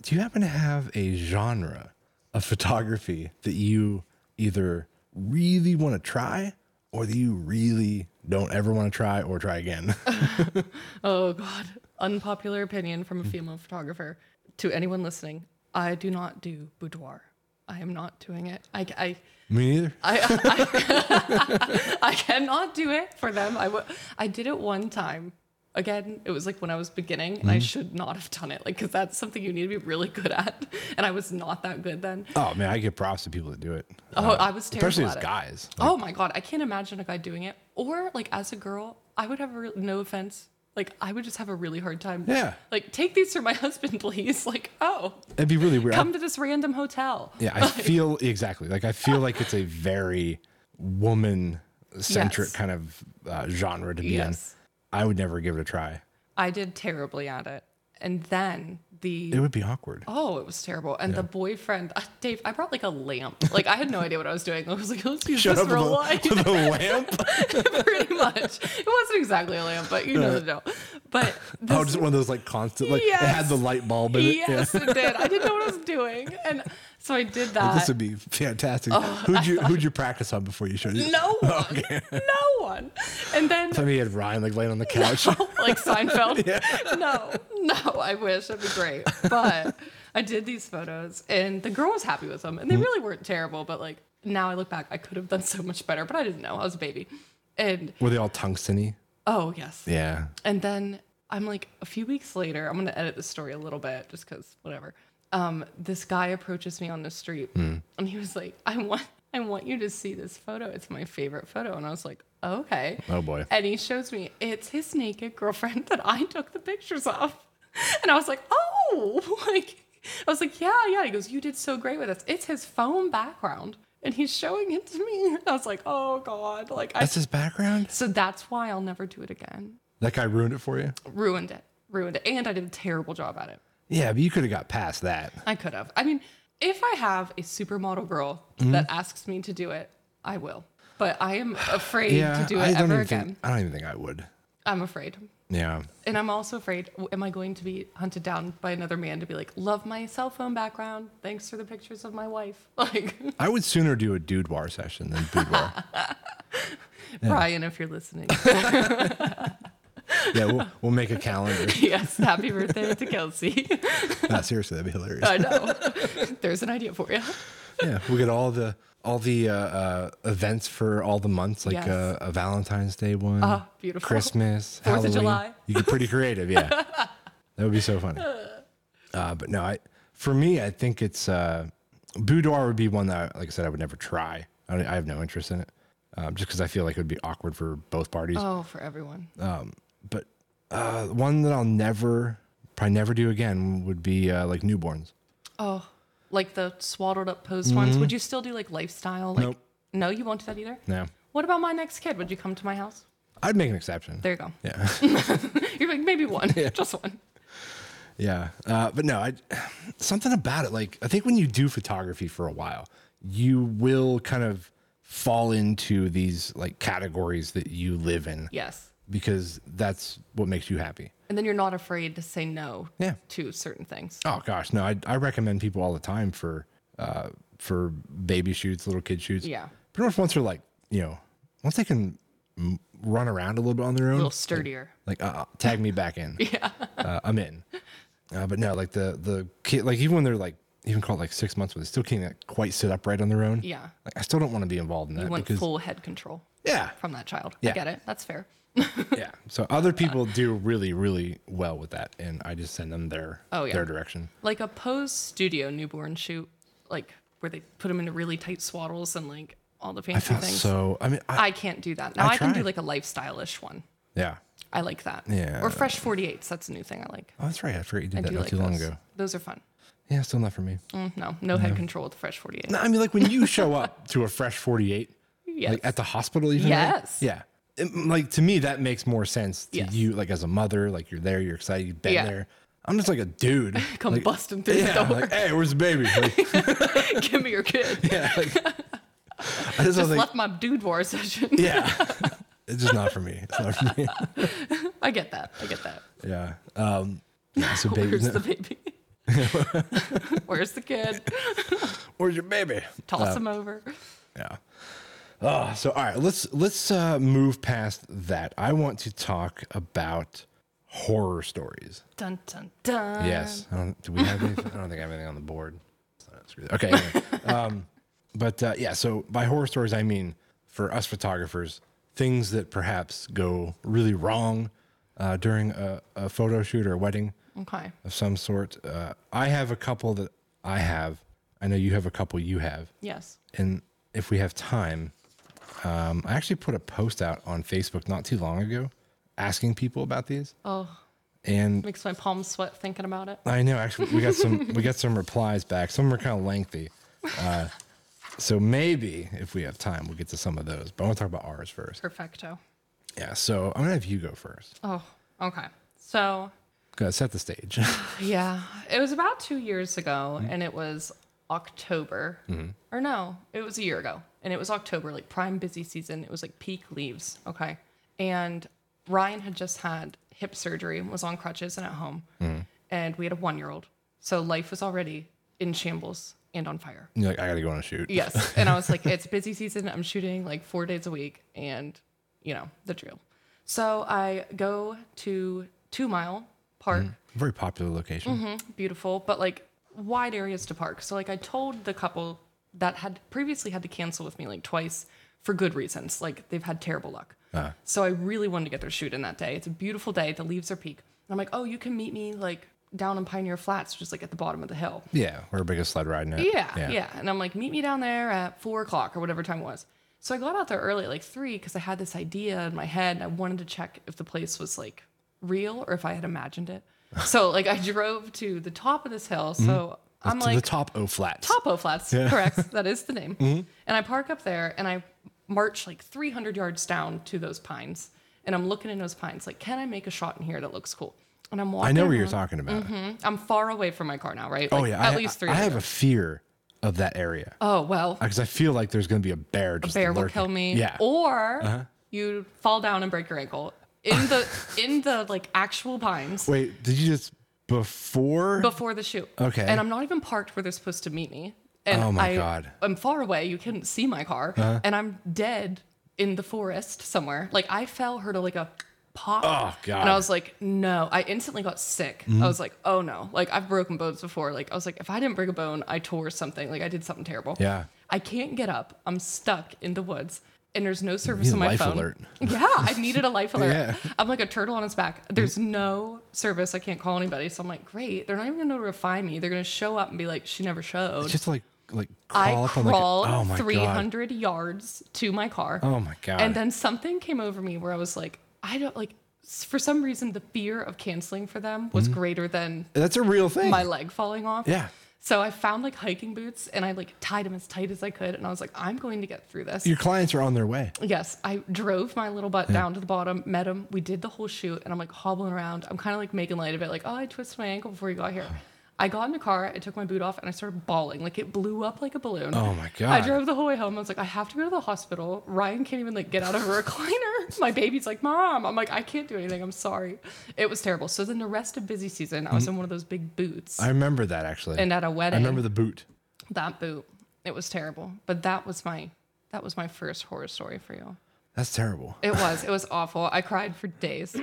Speaker 1: Do you happen to have a genre of photography that you either really want to try or that you really don't ever want to try or try again? [laughs]
Speaker 2: [laughs] Oh God. Unpopular opinion from a female photographer to anyone listening: I do not do boudoir. I am not doing it. I, I
Speaker 1: Me neither.
Speaker 2: I, I, [laughs] I cannot do it for them. I wa- I did it one time. Again, it was like when I was beginning, and I should not have done it. Like, because that's something you need to be really good at, and I was not that good then.
Speaker 1: Oh man, I give props to people that do it.
Speaker 2: Oh, I was terrible
Speaker 1: especially
Speaker 2: at
Speaker 1: as
Speaker 2: it.
Speaker 1: guys.
Speaker 2: oh my god, I can't imagine a guy doing it. Or like as a girl, I would have a re- no offense. Like I would just have a really hard time.
Speaker 1: Yeah.
Speaker 2: Like take these for my [laughs] husband, please. Like oh,
Speaker 1: It'd be really weird. I-
Speaker 2: come to this random hotel.
Speaker 1: yeah, I feel exactly like I feel like it's a very woman centric
Speaker 2: Yes.
Speaker 1: kind of uh, genre to be
Speaker 2: Yes.
Speaker 1: in. I would never give it a try.
Speaker 2: I did terribly at it. And then the
Speaker 1: It would be awkward.
Speaker 2: Oh, it was terrible. And the boyfriend, uh, Dave, I brought like a lamp. Like I had no idea what I was doing. I was like, let's use
Speaker 1: Shut
Speaker 2: this
Speaker 1: up
Speaker 2: for a
Speaker 1: with
Speaker 2: light,
Speaker 1: the, with the lamp.
Speaker 2: [laughs] pretty much. It wasn't exactly a lamp, but you know the
Speaker 1: Uh,
Speaker 2: deal. But
Speaker 1: Oh, just one of those like constant, like it had the
Speaker 2: Yes.
Speaker 1: light bulb in it. Yeah.
Speaker 2: yes, it did. I didn't know what I was doing, and so I did that.
Speaker 1: [laughs] This would be fantastic. who'd you who'd you practice on before you showed it?
Speaker 2: Oh. no one, no one. And then [laughs]
Speaker 1: Somebody had Ryan like laying on the couch.
Speaker 2: like Seinfeld. No, no, I wish that'd be great. But I did these photos, and the girl was happy with them, and they really weren't terrible. But like now, I look back, I could have done so much better, but I didn't know. I was a baby, and
Speaker 1: [laughs] Were they all tungsteny?
Speaker 2: oh yes,
Speaker 1: Yeah.
Speaker 2: and then I'm like, a few weeks later, I'm gonna edit this story a little bit just because whatever. Um, this guy approaches me on the street
Speaker 1: Hmm.
Speaker 2: and he was like, I want I want you to see this photo. It's my favorite photo. And I was like, okay.
Speaker 1: Oh, boy.
Speaker 2: And he shows me it's his naked girlfriend [laughs] that I took the pictures of. And I was like, oh, [laughs] like I was like, yeah, yeah. He goes, you did so great with this. It's his phone background. And he's showing it to me. [laughs] And I was like, oh God. Like I
Speaker 1: That's his background.
Speaker 2: so that's why I'll never do it again
Speaker 1: That guy ruined it for you.
Speaker 2: ruined it ruined it and i did a terrible job at it
Speaker 1: Yeah, but you could have got past that.
Speaker 2: i could have i mean if i have a supermodel girl
Speaker 1: Mm-hmm.
Speaker 2: that asks me to do it i will but i am afraid
Speaker 1: Yeah,
Speaker 2: to do
Speaker 1: I
Speaker 2: it
Speaker 1: don't even
Speaker 2: ever again
Speaker 1: think I don't even think I would.
Speaker 2: i'm afraid
Speaker 1: Yeah.
Speaker 2: and i'm also afraid w- am i going to be hunted down by another man to be like love my cell phone background thanks for the pictures of my wife [laughs] like
Speaker 1: I would sooner do a dude war session than boudoir.
Speaker 2: [laughs] brian if you're listening [laughs]
Speaker 1: yeah, we'll, we'll make a calendar.
Speaker 2: yes happy birthday to kelsey [laughs]
Speaker 1: Not seriously, that'd be hilarious.
Speaker 2: i know [laughs] there's an
Speaker 1: [laughs]
Speaker 2: idea for you
Speaker 1: yeah, we get all the all the uh, uh, events for all the months, like
Speaker 2: Yes.
Speaker 1: uh, a Valentine's Day one,
Speaker 2: Ah, beautiful.
Speaker 1: Christmas,
Speaker 2: Fourth of
Speaker 1: Halloween.
Speaker 2: July.
Speaker 1: You get pretty creative,
Speaker 2: [laughs]
Speaker 1: yeah. that would be so funny. Uh, but no, I for me, I think it's uh, boudoir would be one that, like I said, I would never try. I, don't- I have no interest in it, um, just because I feel like it would be awkward for both parties.
Speaker 2: oh for everyone
Speaker 1: But uh, one that I'll never, probably never do again would be uh, like newborns.
Speaker 2: Oh, like the swaddled up posed ones. Would you still do like lifestyle? Like,
Speaker 1: Mm-hmm. Nope.
Speaker 2: No, you won't do that either.
Speaker 1: No,
Speaker 2: What about my next kid? Would you come to my house?
Speaker 1: I'd make an exception.
Speaker 2: There you go. [laughs]
Speaker 1: yeah. [laughs]
Speaker 2: You're like maybe one, [laughs] just one.
Speaker 1: Yeah, uh, but no, I, something about it. Like I think when you do photography for a while, you will kind of fall into these like categories that you live in
Speaker 2: Yes,
Speaker 1: because that's what makes you happy.
Speaker 2: and then you're not afraid to say no.
Speaker 1: Yeah.
Speaker 2: To certain things.
Speaker 1: Oh gosh, no, I, I recommend people all the time for uh, for baby shoots, little kid shoots.
Speaker 2: Yeah.
Speaker 1: pretty much once they're like you know once they can m- run around a little bit on their own,
Speaker 2: A little sturdier.
Speaker 1: like uh, uh, tag me back
Speaker 2: [laughs]
Speaker 1: in yeah uh, i'm in uh, but no like the the kid like even when they're like even called like six months but they still can't like, quite sit upright on their own
Speaker 2: Yeah.
Speaker 1: like i still don't want to be involved in that
Speaker 2: You want
Speaker 1: because
Speaker 2: full head control
Speaker 1: yeah
Speaker 2: from that child.
Speaker 1: Yeah.
Speaker 2: I get it. That's fair.
Speaker 1: yeah so other people do really really well with that and i just send them their
Speaker 2: Oh, yeah.
Speaker 1: their direction
Speaker 2: Like a pose studio newborn shoot, like where they put them into really tight swaddles and like all the fancy things.
Speaker 1: so i mean I,
Speaker 2: I can't do that. Now I, can do
Speaker 1: tried.
Speaker 2: like a lifestyle-ish one.
Speaker 1: yeah
Speaker 2: I like that.
Speaker 1: Yeah.
Speaker 2: Or fresh 48s. That's a new thing I like.
Speaker 1: oh that's right i forgot you did
Speaker 2: I
Speaker 1: that
Speaker 2: do
Speaker 1: not
Speaker 2: like
Speaker 1: too long
Speaker 2: those.
Speaker 1: ago
Speaker 2: Those are fun.
Speaker 1: yeah still not for me
Speaker 2: Mm, no, no head control with the Fresh 48.
Speaker 1: No, i mean like when you show up to a fresh 48
Speaker 2: Yes.
Speaker 1: Like at the hospital, even. right?
Speaker 2: Yes.
Speaker 1: Yeah. It- like to me, that makes more sense to
Speaker 2: Yes.
Speaker 1: you, like as a mother, like you're there, you're excited, you've been
Speaker 2: Yeah.
Speaker 1: there. I'm just like a dude.
Speaker 2: [laughs] Come busting through
Speaker 1: yeah.
Speaker 2: the door.
Speaker 1: Like, hey, where's the baby? Like,
Speaker 2: [laughs] Give me your kid.
Speaker 1: yeah. Like, [laughs] I just, was
Speaker 2: Just
Speaker 1: like,
Speaker 2: left my dude war session. [laughs]
Speaker 1: yeah. [laughs] it's just not for me. It's not for me. [laughs]
Speaker 2: I get that. I get that.
Speaker 1: Yeah. Um, yeah,
Speaker 2: [laughs]
Speaker 1: so baby,
Speaker 2: Where's the baby? Where's the kid?
Speaker 1: [laughs] where's your baby?
Speaker 2: Toss
Speaker 1: Uh,
Speaker 2: him over.
Speaker 1: Yeah. Oh, so all right, let's let's uh, move past that. I want to talk about horror stories.
Speaker 2: Dun dun dun.
Speaker 1: Yes. I don't, do we have anything? I don't think I have anything on the board. Screw that. Okay. anyway. um, but uh, yeah, so by horror stories, I mean for us photographers, things that perhaps go really wrong uh, during a, a photo shoot or a wedding
Speaker 2: Okay.
Speaker 1: of some sort. Uh, I have a couple that I have. I know you have a couple you have.
Speaker 2: Yes.
Speaker 1: And if we have time, um, I actually put a post out on Facebook not too long ago asking people about these.
Speaker 2: Oh,
Speaker 1: And
Speaker 2: makes my palms sweat thinking about it.
Speaker 1: I know. Actually, we got some we got some replies back. Some were kind of lengthy, uh, so maybe if we have time, we'll get to some of those. But I want to talk about ours first.
Speaker 2: Perfecto.
Speaker 1: Yeah. So I'm gonna have you go first.
Speaker 2: Oh, okay. So
Speaker 1: Gotta set the stage. [laughs]
Speaker 2: Yeah. It was about two years ago and it was October. Or no, it was a year ago. And it was October, like prime busy season. It was like peak leaves. Okay. And Ryan had just had hip surgery and was on crutches and at home. And we had a one year old. So life was already in shambles and on fire.
Speaker 1: You're like, I gotta go on a shoot.
Speaker 2: Yes. And I was like, it's busy season. I'm shooting like four days a week and, you know, the drill. So I go to Two Mile Park
Speaker 1: Very popular location.
Speaker 2: Mm-hmm. beautiful, but like wide areas to park. So like I told the couple that had previously had to cancel with me like twice for good reasons. Like they've had terrible luck. So I really wanted to get their shoot in that day. It's a beautiful day. The leaves are peak. And I'm like, oh, you can meet me like down in Pioneer Flats, just like at the bottom of the hill.
Speaker 1: Yeah, we're a biggest sled riding it.
Speaker 2: Yeah, yeah, And I'm like, meet me down there at four o'clock or whatever time it was. So I got out there early at like three because I had this idea in my head and I wanted to check if the place was like real or if I had
Speaker 1: [laughs]
Speaker 2: imagined it. So like I drove to the top of this hill. So
Speaker 1: Mm-hmm.
Speaker 2: I'm
Speaker 1: To
Speaker 2: like
Speaker 1: the Mm-hmm. top O flats.
Speaker 2: [laughs] Topo Flats, correct. That is the name. And I park up there and I march like 300 yards down to those pines. And I'm looking in those pines, like, can I make a shot in here that looks cool? And I'm walking.
Speaker 1: I know what you're
Speaker 2: around-
Speaker 1: talking about.
Speaker 2: I'm far away from my car now, right?
Speaker 1: Oh
Speaker 2: Like,
Speaker 1: yeah,
Speaker 2: Mm-hmm. At
Speaker 1: I,
Speaker 2: least
Speaker 1: I-
Speaker 2: three.
Speaker 1: I have a fear of that area
Speaker 2: oh, well.
Speaker 1: because I feel like there's gonna be a bear. Just
Speaker 2: bear will
Speaker 1: lurking.
Speaker 2: kill me
Speaker 1: Yeah. Uh-huh.
Speaker 2: or you fall down and break your ankle in
Speaker 1: [laughs]
Speaker 2: the in the like actual pines
Speaker 1: Wait, did you just before?
Speaker 2: before the shoot
Speaker 1: Okay.
Speaker 2: and i'm not even parked where they're supposed to meet me and
Speaker 1: Oh my
Speaker 2: I,
Speaker 1: God. Uh-huh.
Speaker 2: i'm far away you couldn't see my car and i'm dead in the forest somewhere like i fell heard a, like a pop
Speaker 1: Oh, God. Mm-hmm.
Speaker 2: and i was like no i instantly got sick i was like oh no like i've broken bones before like i was like if i didn't break a bone i tore something like i did something terrible
Speaker 1: Yeah.
Speaker 2: I can't get up. I'm stuck in the woods and there's no service
Speaker 1: need
Speaker 2: on
Speaker 1: a
Speaker 2: my
Speaker 1: life
Speaker 2: phone.
Speaker 1: alert.
Speaker 2: [laughs] Yeah, I needed a
Speaker 1: [laughs]
Speaker 2: life alert.
Speaker 1: Yeah. Mm-hmm.
Speaker 2: I'm like a turtle on its back. There's no service. I can't call anybody. So I'm like, great. They're not even going to be able to find me. They're going to show up and be like, she never showed.
Speaker 1: Just like like crawl
Speaker 2: I
Speaker 1: up on like a-
Speaker 2: crawled
Speaker 1: oh my god.
Speaker 2: 300 yards to my car.
Speaker 1: Oh my god.
Speaker 2: And then something came over me where I was like, I don't like, s- for some reason, the fear of canceling for them was
Speaker 1: Mm-hmm.
Speaker 2: greater than
Speaker 1: That's a real thing.
Speaker 2: my leg falling off.
Speaker 1: Yeah.
Speaker 2: So I found like hiking boots and I like tied them as tight as I could. And I was like, I'm going to get through this.
Speaker 1: Your clients are on their way.
Speaker 2: Yes, I drove my little butt down to the bottom, met him. We did the whole shoot, and I'm like hobbling around. I'm kind of like making light of it, like, oh, I twisted my ankle before you got here. I got in the car, I took my boot off, and I started bawling. Like it blew up like a balloon.
Speaker 1: Oh my
Speaker 2: I
Speaker 1: god.
Speaker 2: drove the whole way home. I was like, I have to go to the hospital. Ryan can't even like get out of her [laughs] recliner. My baby's like, Mom. I'm like, I can't do anything. I'm sorry. It was terrible. So then the rest of busy season, I
Speaker 1: Mm.
Speaker 2: was in one of those big boots.
Speaker 1: I remember that actually.
Speaker 2: and at a
Speaker 1: I
Speaker 2: wedding,
Speaker 1: remember the boot.
Speaker 2: that boot, it was terrible. But that was my that was my first horror story for you.
Speaker 1: That's terrible.
Speaker 2: It
Speaker 1: [laughs]
Speaker 2: was. It was awful. I cried for days.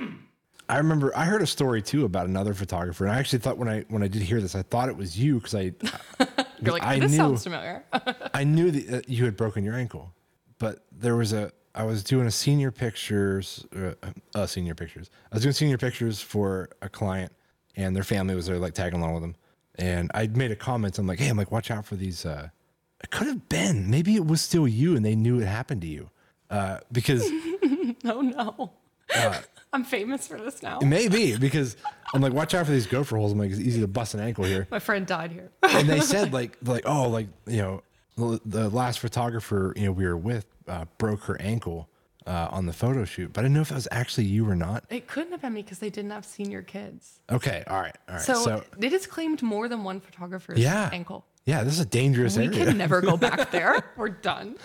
Speaker 1: I remember I heard a story too about another photographer, and I actually thought when I when I did hear this, I thought it was you because I
Speaker 2: [laughs] You're like,
Speaker 1: I
Speaker 2: this
Speaker 1: knew-
Speaker 2: sounds familiar. [laughs]
Speaker 1: I knew that that you had broken your ankle, but there was a I was doing a senior pictures, uh, uh, senior pictures. I was doing senior pictures for a client, and their family was there, like tagging along with them. And I made a comment. I'm like, hey, I'm like, watch out for these. Uh, it could have been. Maybe it was still you, and they knew it happened to you, uh, because [laughs]
Speaker 2: no, no.
Speaker 1: Uh,
Speaker 2: [laughs] I'm famous for this now.
Speaker 1: maybe because I'm like, watch out for these gopher holes. I'm like, it's easy to bust an ankle here.
Speaker 2: My friend died here.
Speaker 1: and they said like like oh like you know the, the last photographer you know we were with uh, broke her ankle uh, on the photo shoot, but I didn't know if that was actually you or not.
Speaker 2: It couldn't have been me because they didn't have senior kids.
Speaker 1: Okay, all right, all right.
Speaker 2: So,
Speaker 1: So,
Speaker 2: it has claimed more than one photographer's
Speaker 1: yeah,
Speaker 2: ankle.
Speaker 1: Yeah, this is a dangerous
Speaker 2: We
Speaker 1: area.
Speaker 2: can never
Speaker 1: [laughs]
Speaker 2: go back there. We're done.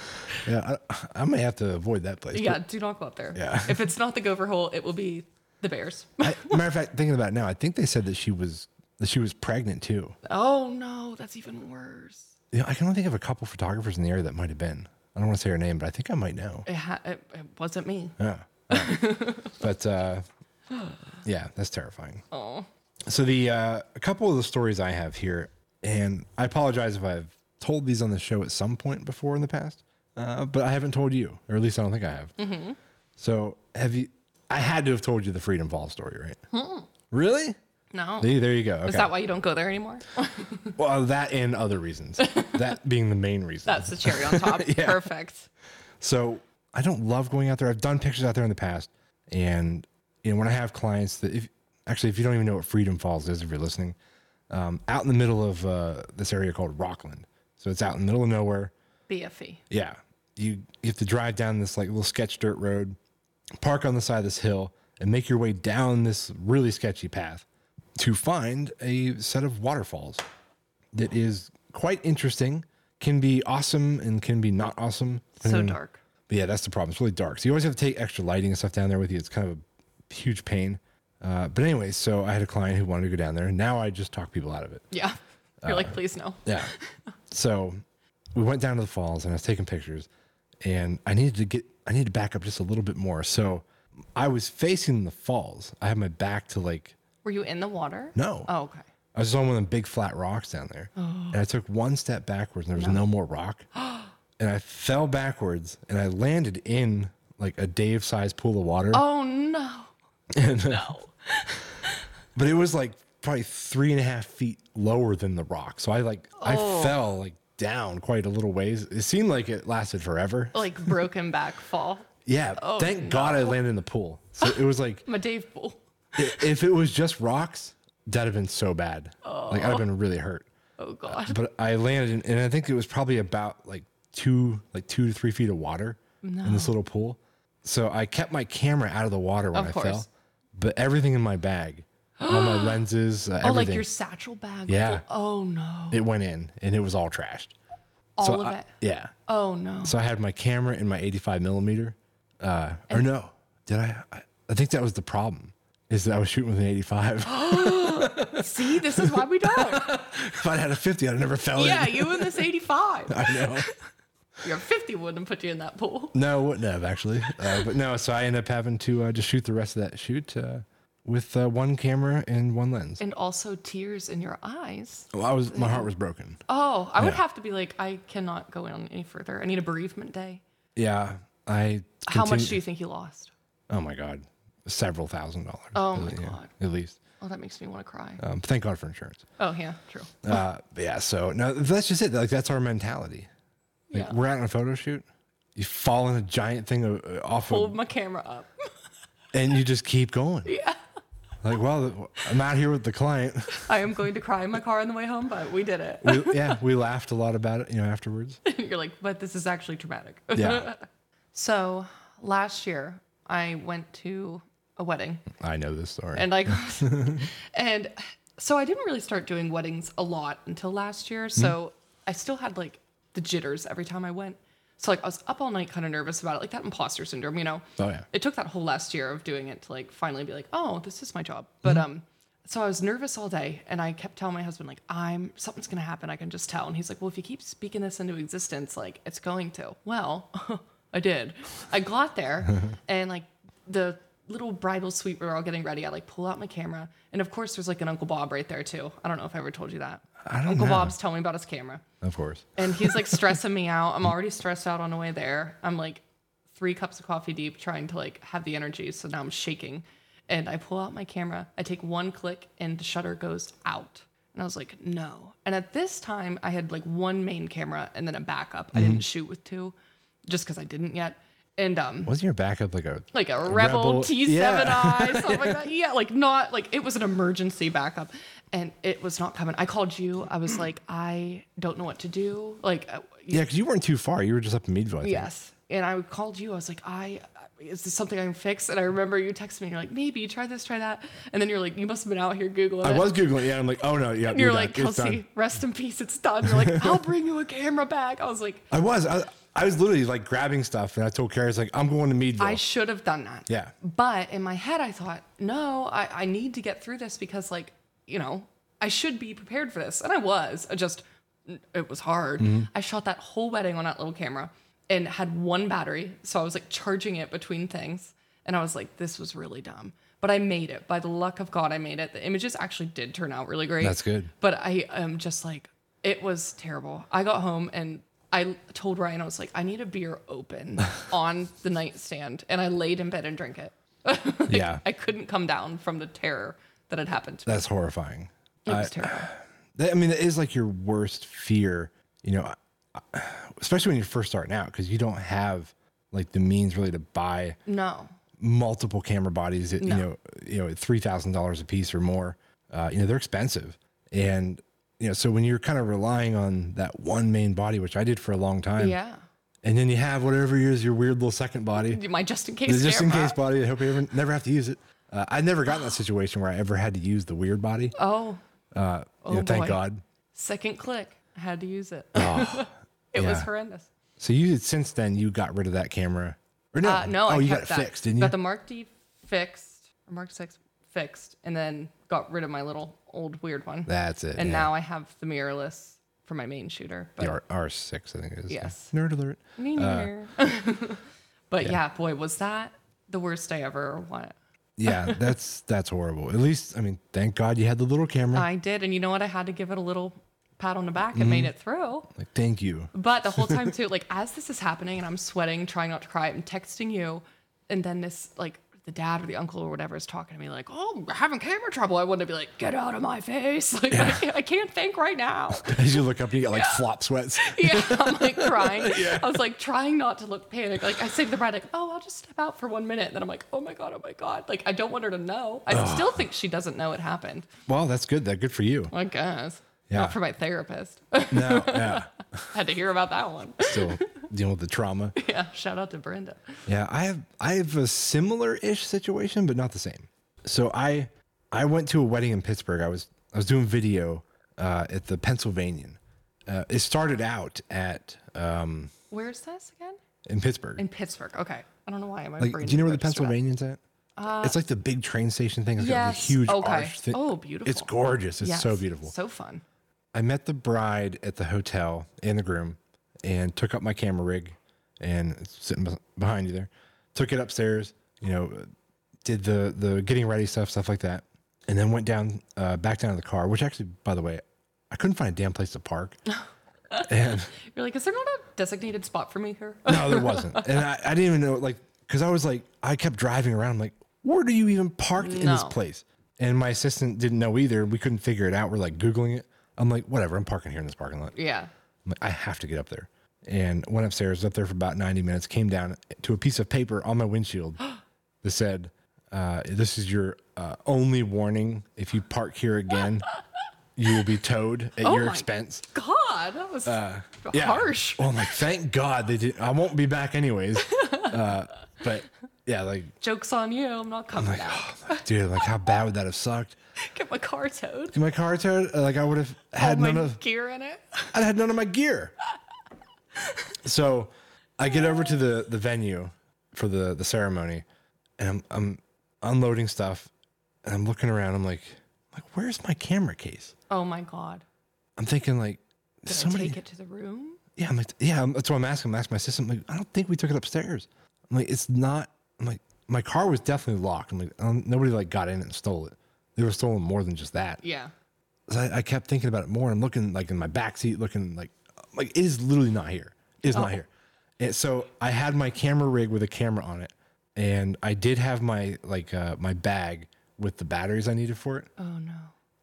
Speaker 1: yeah, I, I may have to avoid that place.
Speaker 2: Yeah, do not go up there.
Speaker 1: Yeah.
Speaker 2: If it's not the gopher hole, it will be
Speaker 1: [laughs]
Speaker 2: the bears.
Speaker 1: I, matter of fact, thinking about it now, I think they said that she was that she was pregnant too.
Speaker 2: oh no, that's even worse.
Speaker 1: You know, I can only think of a couple photographers in the area that might have been. I don't want to say her name, but I think I might know.
Speaker 2: It, ha- it, it wasn't me.
Speaker 1: Yeah. but
Speaker 2: [gasps]
Speaker 1: uh, yeah, that's terrifying.
Speaker 2: Oh,
Speaker 1: So the uh, a couple of the stories I have here, and I apologize if I've told these on the show at some point before in the past, uh, but I haven't told you, or at least I don't think I have.
Speaker 2: Mm-hmm.
Speaker 1: So have you? I had to have told you the Freedom Falls story, right? Really?
Speaker 2: no.
Speaker 1: See, there you go. Okay.
Speaker 2: Hmm. Is that why you don't go there anymore? [laughs]
Speaker 1: well, that and other reasons. that being the main reason.
Speaker 2: That's the cherry on
Speaker 1: [laughs]
Speaker 2: top. Perfect.
Speaker 1: So I don't love going out there. I've done pictures out there in the past, and you know when I have clients that if actually if you don't even know what Freedom Falls is if you're listening, um, out in the middle of uh, this area called Rockland. So it's out in the middle of nowhere.
Speaker 2: BFE.
Speaker 1: Yeah, you you have to drive down this like little sketch dirt road, park on the side of this hill, and make your way down this really sketchy path. to find a set of waterfalls that is quite interesting, can be awesome and can be not awesome.
Speaker 2: So
Speaker 1: depending-
Speaker 2: dark.
Speaker 1: But yeah, that's the problem. It's really dark. So you always have to take extra lighting and stuff down there with you. It's kind of a huge pain. Uh, but anyway, so I had a client who wanted to go down there, and now I just talk people out of it.
Speaker 2: Yeah. You're
Speaker 1: Uh,
Speaker 2: like, please no.
Speaker 1: Yeah. [laughs] So we went down to the falls and I was taking pictures and I needed to get I needed to back up just a little bit more. So I was facing the falls. I had my back to like
Speaker 2: Were you in the water?
Speaker 1: no.
Speaker 2: Oh, okay.
Speaker 1: I was on one of them big flat rocks down there. And I took one step backwards and there was no, more
Speaker 2: [gasps]
Speaker 1: rock. and I fell backwards and I landed in like a Dave sized pool of water. [laughs]
Speaker 2: Oh no. no.
Speaker 1: But it was like probably three and a half feet lower than the rock. So I like
Speaker 2: Oh.
Speaker 1: I fell like down quite a little ways. It seemed like it lasted forever.
Speaker 2: Like broken back fall.
Speaker 1: Yeah.
Speaker 2: Oh,
Speaker 1: thank God I landed in the pool. So it was like
Speaker 2: My Dave pool.
Speaker 1: i- if it was just rocks, that'd have been so bad. Like I'd have been really hurt. Uh,
Speaker 2: Oh god.
Speaker 1: But I landed in, and I think it was probably about like two, like two to three feet of water in this little pool. So I kept my camera out of the water when
Speaker 2: Of
Speaker 1: I fell,
Speaker 2: course.
Speaker 1: but everything in my
Speaker 2: [gasps]
Speaker 1: bag, all my lenses, uh,
Speaker 2: Oh,
Speaker 1: everything,
Speaker 2: like your satchel bag.
Speaker 1: Yeah.
Speaker 2: full- Oh no.
Speaker 1: it went in and it was all trashed.
Speaker 2: All
Speaker 1: So
Speaker 2: of
Speaker 1: I-
Speaker 2: it.
Speaker 1: Yeah.
Speaker 2: Oh no.
Speaker 1: So I had my camera and my 85 millimeter. Uh, or no, did I? I- I think that was the problem. Is that I was shooting with an 85.
Speaker 2: See, this is why
Speaker 1: [laughs]
Speaker 2: we don't.
Speaker 1: if I'd had a 50, I'd never fell
Speaker 2: yeah,
Speaker 1: in.
Speaker 2: you in this 85.
Speaker 1: [laughs] I know.
Speaker 2: Your 50 wouldn't put you in that pool.
Speaker 1: No, wouldn't have actually. Uh, but no, so I ended up having to uh, just shoot the rest of that shoot uh, with uh, one camera and one lens.
Speaker 2: And also tears in your eyes.
Speaker 1: Well, I was my heart was broken.
Speaker 2: Oh, I would
Speaker 1: Yeah.
Speaker 2: have to be like, I cannot go on any further. I need a bereavement day.
Speaker 1: Yeah, I.
Speaker 2: How much
Speaker 1: continue-
Speaker 2: do you think you lost?
Speaker 1: Oh my god, several thousand dollars.
Speaker 2: Oh my
Speaker 1: at- yeah,
Speaker 2: God.
Speaker 1: at least.
Speaker 2: Oh, that makes me want to cry.
Speaker 1: Um, thank God for insurance.
Speaker 2: Oh, yeah, true.
Speaker 1: Uh, but yeah, so no, that's just it. Like that's our mentality. Like,
Speaker 2: Yeah.
Speaker 1: We're out on a photo shoot. You fall in a giant thing of- uh, off
Speaker 2: Hold
Speaker 1: of,
Speaker 2: my camera up.
Speaker 1: and you just keep going.
Speaker 2: [laughs] Yeah.
Speaker 1: Like, well, I'm out here with the client.
Speaker 2: [laughs] I am going to cry in my car on the way home, but we did it.
Speaker 1: We, yeah, we laughed a lot about it, you know, afterwards.
Speaker 2: [laughs] You're like, but this is actually [laughs] traumatic.
Speaker 1: Yeah.
Speaker 2: so last year, I went to a wedding
Speaker 1: [laughs] I know this story.
Speaker 2: and I got, and so I didn't really start doing weddings a lot until last year. So I still had like the jitters every time I went. So like I was up all night, kind of nervous about it, like that imposter syndrome, you know.
Speaker 1: Oh, yeah.
Speaker 2: It took that whole last year of doing it to like finally be like, oh, this is my job. But
Speaker 1: Mm-hmm.
Speaker 2: um, so I was nervous all day, and I kept telling my husband like, I'm something's gonna happen. I can just tell. And he's like, well, if you keep speaking this into existence, like it's going to. Well, [laughs] I did. I
Speaker 1: [laughs]
Speaker 2: got there, and like the little bridal suite we were all getting ready. I like pull out my camera, and of course there's like an Uncle Bob right there too. I don't know if I ever told you that.
Speaker 1: I don't
Speaker 2: Uncle
Speaker 1: know.
Speaker 2: Bob's telling me about his camera
Speaker 1: Of course.
Speaker 2: and he's like stressing me out. I'm already stressed out on the way there. I'm like three cups of coffee deep trying to like have the energy. So now I'm shaking. And I pull out my camera. I take one click and the shutter goes out. And I was like, no. And at this time, I had like one main camera and then a backup. I didn't shoot with two just because I didn't yet. And um,
Speaker 1: Wasn't your backup like a
Speaker 2: like a rebel,
Speaker 1: Rebel-
Speaker 2: T7i, something
Speaker 1: [laughs]
Speaker 2: like that. Yeah, like not like it was an emergency backup, and it was not coming. I called you. I was like, I don't know what to do. Like, uh,
Speaker 1: yeah? Because you weren't too far. You were just up in Meadville. I think.
Speaker 2: yes. And I called you. I was like, I is this something I can fix? And I remember you texted me. You're like, maybe try this, try that. And then you're like, you must have been out here googling.
Speaker 1: I
Speaker 2: it.
Speaker 1: was googling. Yeah, I'm like, oh no, yeah.
Speaker 2: And you're
Speaker 1: done.
Speaker 2: like,
Speaker 1: It's done.
Speaker 2: Kelsey, rest in peace. It's done. You're like, I'll bring you a camera back. I was like,
Speaker 1: I was. I, I was literally like grabbing stuff, and I told Carrie, I was like, I'm going to Meadville.
Speaker 2: I should have done that.
Speaker 1: Yeah.
Speaker 2: But in my head, I thought, no, I, I need to get through this because, like, you know, I should be prepared for this. And I was. I just, it was hard. I shot that whole wedding on that little camera and had one battery. So I was like charging it between things. And I was like, this was really dumb. But I made it. By the luck of God, I made it. The images actually did turn out really great.
Speaker 1: That's good.
Speaker 2: But I am just like, it was terrible. I got home and I told Ryan, I was like, I need a beer
Speaker 1: [laughs]
Speaker 2: open on the nightstand. And I laid in bed and drank it. [laughs]
Speaker 1: yeah,
Speaker 2: I couldn't come down from the terror that had happened to me.
Speaker 1: that's horrifying.
Speaker 2: It was
Speaker 1: [sighs]
Speaker 2: terrible.
Speaker 1: That, I mean, that is like your worst fear, you know, I- especially when you're first starting out because you don't have like the means really to buy
Speaker 2: No.
Speaker 1: multiple camera bodies at, you know, you know, three thousand dollars a piece or more. Uh, you know, they're expensive, and you know, so when you're kind of relying on that one main body, which I did for a long time,
Speaker 2: Yeah.
Speaker 1: and then you have whatever is your weird little second body,
Speaker 2: My just in
Speaker 1: the
Speaker 2: case
Speaker 1: just in
Speaker 2: camera.
Speaker 1: case body. I hope you ever never have to use it. Uh, I never got in that situation where I ever had to use the weird body. uh,
Speaker 2: Oh,
Speaker 1: You know,
Speaker 2: Oh,
Speaker 1: thank
Speaker 2: boy.
Speaker 1: God.
Speaker 2: second click. I had to use it. [laughs] it was
Speaker 1: Oh, yeah.
Speaker 2: horrendous.
Speaker 1: So you since then you got rid of that camera. Or no,
Speaker 2: Uh, no,
Speaker 1: oh,
Speaker 2: I
Speaker 1: you got
Speaker 2: kept
Speaker 1: it
Speaker 2: that.
Speaker 1: fixed, didn't you?
Speaker 2: Got the Mark D fixed, or Mark Six fixed, and then got rid of my little old weird one.
Speaker 1: That's it.
Speaker 2: and
Speaker 1: yeah.
Speaker 2: now I have the mirrorless for my main shooter. But
Speaker 1: The R six, I think it is. yeah.
Speaker 2: Yes.
Speaker 1: Nerd alert.
Speaker 2: Me [laughs] neither. Uh, but yeah. boy, was that the worst day ever? Or what?
Speaker 1: Yeah, that's that's horrible. At least I mean, thank God you had the little camera.
Speaker 2: I did, and you know what? I had to give it a little pat on the back and made it through.
Speaker 1: like, thank you.
Speaker 2: But the whole time too, [laughs] like as this is happening and I'm sweating, trying not to cry, I'm texting you, and then this like the dad or the uncle or whatever is talking to me like, "Oh, we're having camera trouble." I want to be like, "Get out of my face!" [laughs] Like I, can't, I can't think right now.
Speaker 1: [laughs] As you look up, you got like flop sweats. [laughs]
Speaker 2: Yeah, I'm like crying. I was like trying not to look panicked. Like I saved the bride, like, "Oh, I'll just step out for one minute." And then I'm like, "Oh my god, oh my god!" Like I don't want her to know. I still think she doesn't know it happened.
Speaker 1: Well, that's good. That good for you.
Speaker 2: I guess.
Speaker 1: Yeah.
Speaker 2: Not for my therapist. [laughs]
Speaker 1: No, [laughs] yeah.
Speaker 2: Had to hear about that one. [laughs]
Speaker 1: Still dealing with the trauma.
Speaker 2: yeah. Shout out to Brenda.
Speaker 1: Yeah, I have I have a similar ish situation, but not the same. So I I went to a wedding in Pittsburgh. I was I was doing video uh, at the Pennsylvanian. Uh, it started out at um,
Speaker 2: Where's this again?
Speaker 1: in Pittsburgh.
Speaker 2: In Pittsburgh. Okay. I don't know why. My
Speaker 1: like,
Speaker 2: brain
Speaker 1: do you know where the
Speaker 2: just registered that.
Speaker 1: Pennsylvanian's at? it's like the big train station thing. It's got
Speaker 2: yes.
Speaker 1: the huge
Speaker 2: Okay.
Speaker 1: arch thing.
Speaker 2: Oh, beautiful.
Speaker 1: It's gorgeous. It's so
Speaker 2: Yes.
Speaker 1: beautiful.
Speaker 2: So fun.
Speaker 1: I met the bride at the hotel and the groom and took up my camera rig and it's sitting bes- behind you there. Took it upstairs, you know, did the the getting ready stuff, stuff like that. And then went down uh, back down to the car, which actually by the way, I couldn't find a damn place to
Speaker 2: [laughs]
Speaker 1: park. and
Speaker 2: You're like, is there not a designated spot for me here? [laughs]
Speaker 1: no, there wasn't. And I, I didn't even know like cuz I was like I kept driving around I'm like where do you even parked in this
Speaker 2: No.
Speaker 1: place? And my assistant didn't know either. We couldn't figure it out. We're like googling it. I'm like whatever, I'm parking here in this parking lot.
Speaker 2: yeah.
Speaker 1: I'm like, I have to get up there. And went upstairs, was up there for about 90 minutes, came down to a piece of paper on my windshield
Speaker 2: [gasps]
Speaker 1: that said, uh, This is your uh, only warning. If you park here again, you will be towed at your
Speaker 2: Oh my
Speaker 1: expense.
Speaker 2: God, that was
Speaker 1: Uh,
Speaker 2: harsh.
Speaker 1: Well, I'm like, Thank God they did. I won't be back anyways.
Speaker 2: [laughs]
Speaker 1: Uh, but yeah, like, [sighs]
Speaker 2: Joke's on you. I'm not coming out.
Speaker 1: dude, like, how bad would that have sucked?
Speaker 2: Get my car towed.
Speaker 1: My car towed, like, I would have
Speaker 2: All
Speaker 1: had
Speaker 2: Oh my
Speaker 1: none of.
Speaker 2: gear in it.
Speaker 1: I had none of my
Speaker 2: [laughs]
Speaker 1: gear. So I get over to the, the venue for the, the ceremony and I'm, I'm unloading stuff and I'm looking around. I'm like, like, where's my camera case?
Speaker 2: Oh my God.
Speaker 1: I'm thinking like
Speaker 2: Did
Speaker 1: somebody,
Speaker 2: I take it to the room?
Speaker 1: yeah, I'm like, yeah, I'm- that's what I'm asking. I'm asking my assistant, I'm like, I don't think we took it upstairs. I'm like, it's not, I'm like, my car was definitely locked. I'm like, um, nobody like got in and stole it. They were stolen more than just that.
Speaker 2: Yeah.
Speaker 1: So I, I kept thinking about it more. I'm looking like in my back seat, looking like like it is literally not here. It is
Speaker 2: Oh.
Speaker 1: not here. And so I had my camera rig with a camera on it, and I did have my like uh, my bag with the batteries I needed for it,
Speaker 2: Oh no.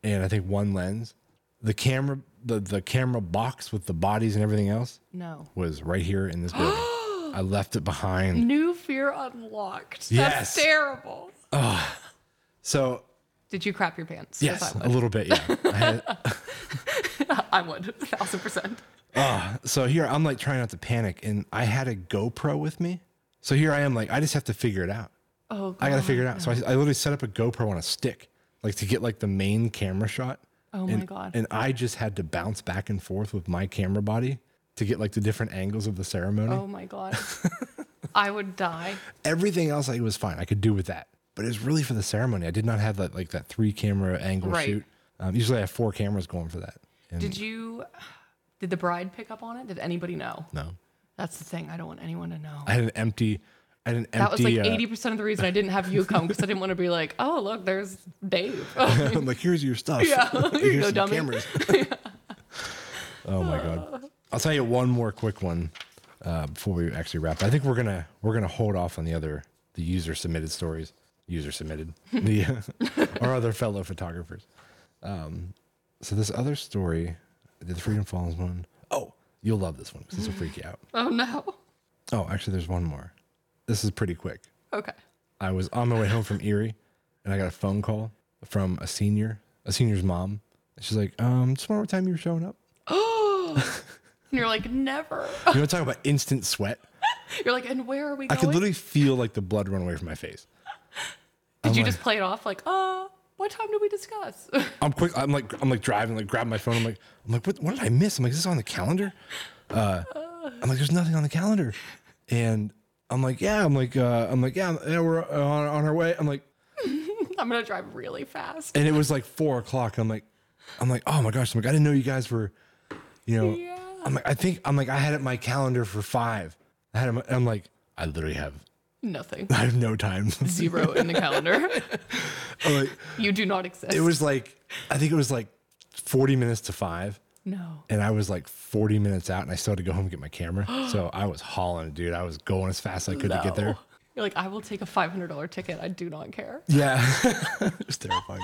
Speaker 1: and I think one lens. The camera, the the camera box with the bodies and everything else
Speaker 2: No.
Speaker 1: was right here
Speaker 2: [gasps]
Speaker 1: in this building. I left it behind.
Speaker 2: New fear unlocked.
Speaker 1: Yes.
Speaker 2: That's terrible.
Speaker 1: So
Speaker 2: Did you crap your pants? 'Cause
Speaker 1: yes, a little bit. Yeah. I had-
Speaker 2: [laughs] I would. A thousand percent.
Speaker 1: ah, so here I'm like trying not to panic, and I had a GoPro with me. So here I am, like I just have to figure it out.
Speaker 2: Oh God.
Speaker 1: I gotta figure it out. So I, I literally set up a GoPro on a stick, like to get like the main camera shot.
Speaker 2: Oh my
Speaker 1: and,
Speaker 2: God.
Speaker 1: And I just had to bounce back and forth with my camera body to get like the different angles of the ceremony.
Speaker 2: Oh my God. [laughs] I would die.
Speaker 1: Everything else I was fine. I could do with that. But it was really for the ceremony. I did not have that like that three camera angle
Speaker 2: Right.
Speaker 1: shoot. Um, usually I have four cameras going for that. And
Speaker 2: Did you? Did the bride pick up on it? Did anybody know?
Speaker 1: no.
Speaker 2: That's the thing. I don't want anyone to know.
Speaker 1: I had an empty I had an
Speaker 2: That was
Speaker 1: empty
Speaker 2: like
Speaker 1: uh,
Speaker 2: eighty percent of the reason I didn't have you come because I didn't want to be like, oh look, there's Dave. [laughs]
Speaker 1: I'm like, here's your stuff.
Speaker 2: Yeah, [laughs] here
Speaker 1: [laughs]
Speaker 2: you
Speaker 1: here's
Speaker 2: go,
Speaker 1: some
Speaker 2: dummy.
Speaker 1: cameras. [laughs] oh my god. I'll tell you one more quick one uh, before we actually wrap. I think we're gonna we're gonna hold off on the other the user submitted stories. User submitted [laughs] the uh, our other fellow photographers. Um, so this other story, the Freedom Falls one. Oh, you'll love this one because this will freak you out.
Speaker 2: oh no.
Speaker 1: Oh, actually, there's one more. This is pretty quick.
Speaker 2: Okay. [gasps]
Speaker 1: I was on my way home from Erie and I got a phone call from a senior, a senior's mom. She's like, um, just wondering what time you were showing up.
Speaker 2: And you're like, never.
Speaker 1: You want to talk about instant sweat?
Speaker 2: You're like, and where are we
Speaker 1: I could
Speaker 2: going?
Speaker 1: literally feel like the blood run away from my face.
Speaker 2: Did you just play it off like, oh, what time did we discuss? [laughs]
Speaker 1: I'm quick. I'm like, I'm like driving, like grab my phone. I'm like, I'm like, what, what did I miss? I'm like, is this on the calendar? Uh, I'm like, there's nothing on the calendar. And I'm like, yeah, I'm like, uh, I'm like, yeah, yeah, we're on, on our way. I'm like,
Speaker 2: I'm gonna drive really fast.
Speaker 1: and it was like four o'clock. I'm like, I'm like, oh my gosh. I'm like, I didn't know you guys were, you know,
Speaker 2: Yeah.
Speaker 1: I'm like, I think I'm like, I had it in my calendar for five. I had, it in my- I'm like, I literally have, [laughs]
Speaker 2: Nothing.
Speaker 1: I have no time. [laughs]
Speaker 2: Zero in the calendar. [laughs]
Speaker 1: I'm like,
Speaker 2: you do not exist.
Speaker 1: it was like, I think it was like 40 minutes to five.
Speaker 2: no.
Speaker 1: and I was like 40 minutes out, and I still had to go home and get my camera. so I was hauling, dude. I was going as fast as I could to get there.
Speaker 2: No. You're like, I will take a five hundred dollar ticket. I do not care.
Speaker 1: Yeah, [laughs] it was terrifying.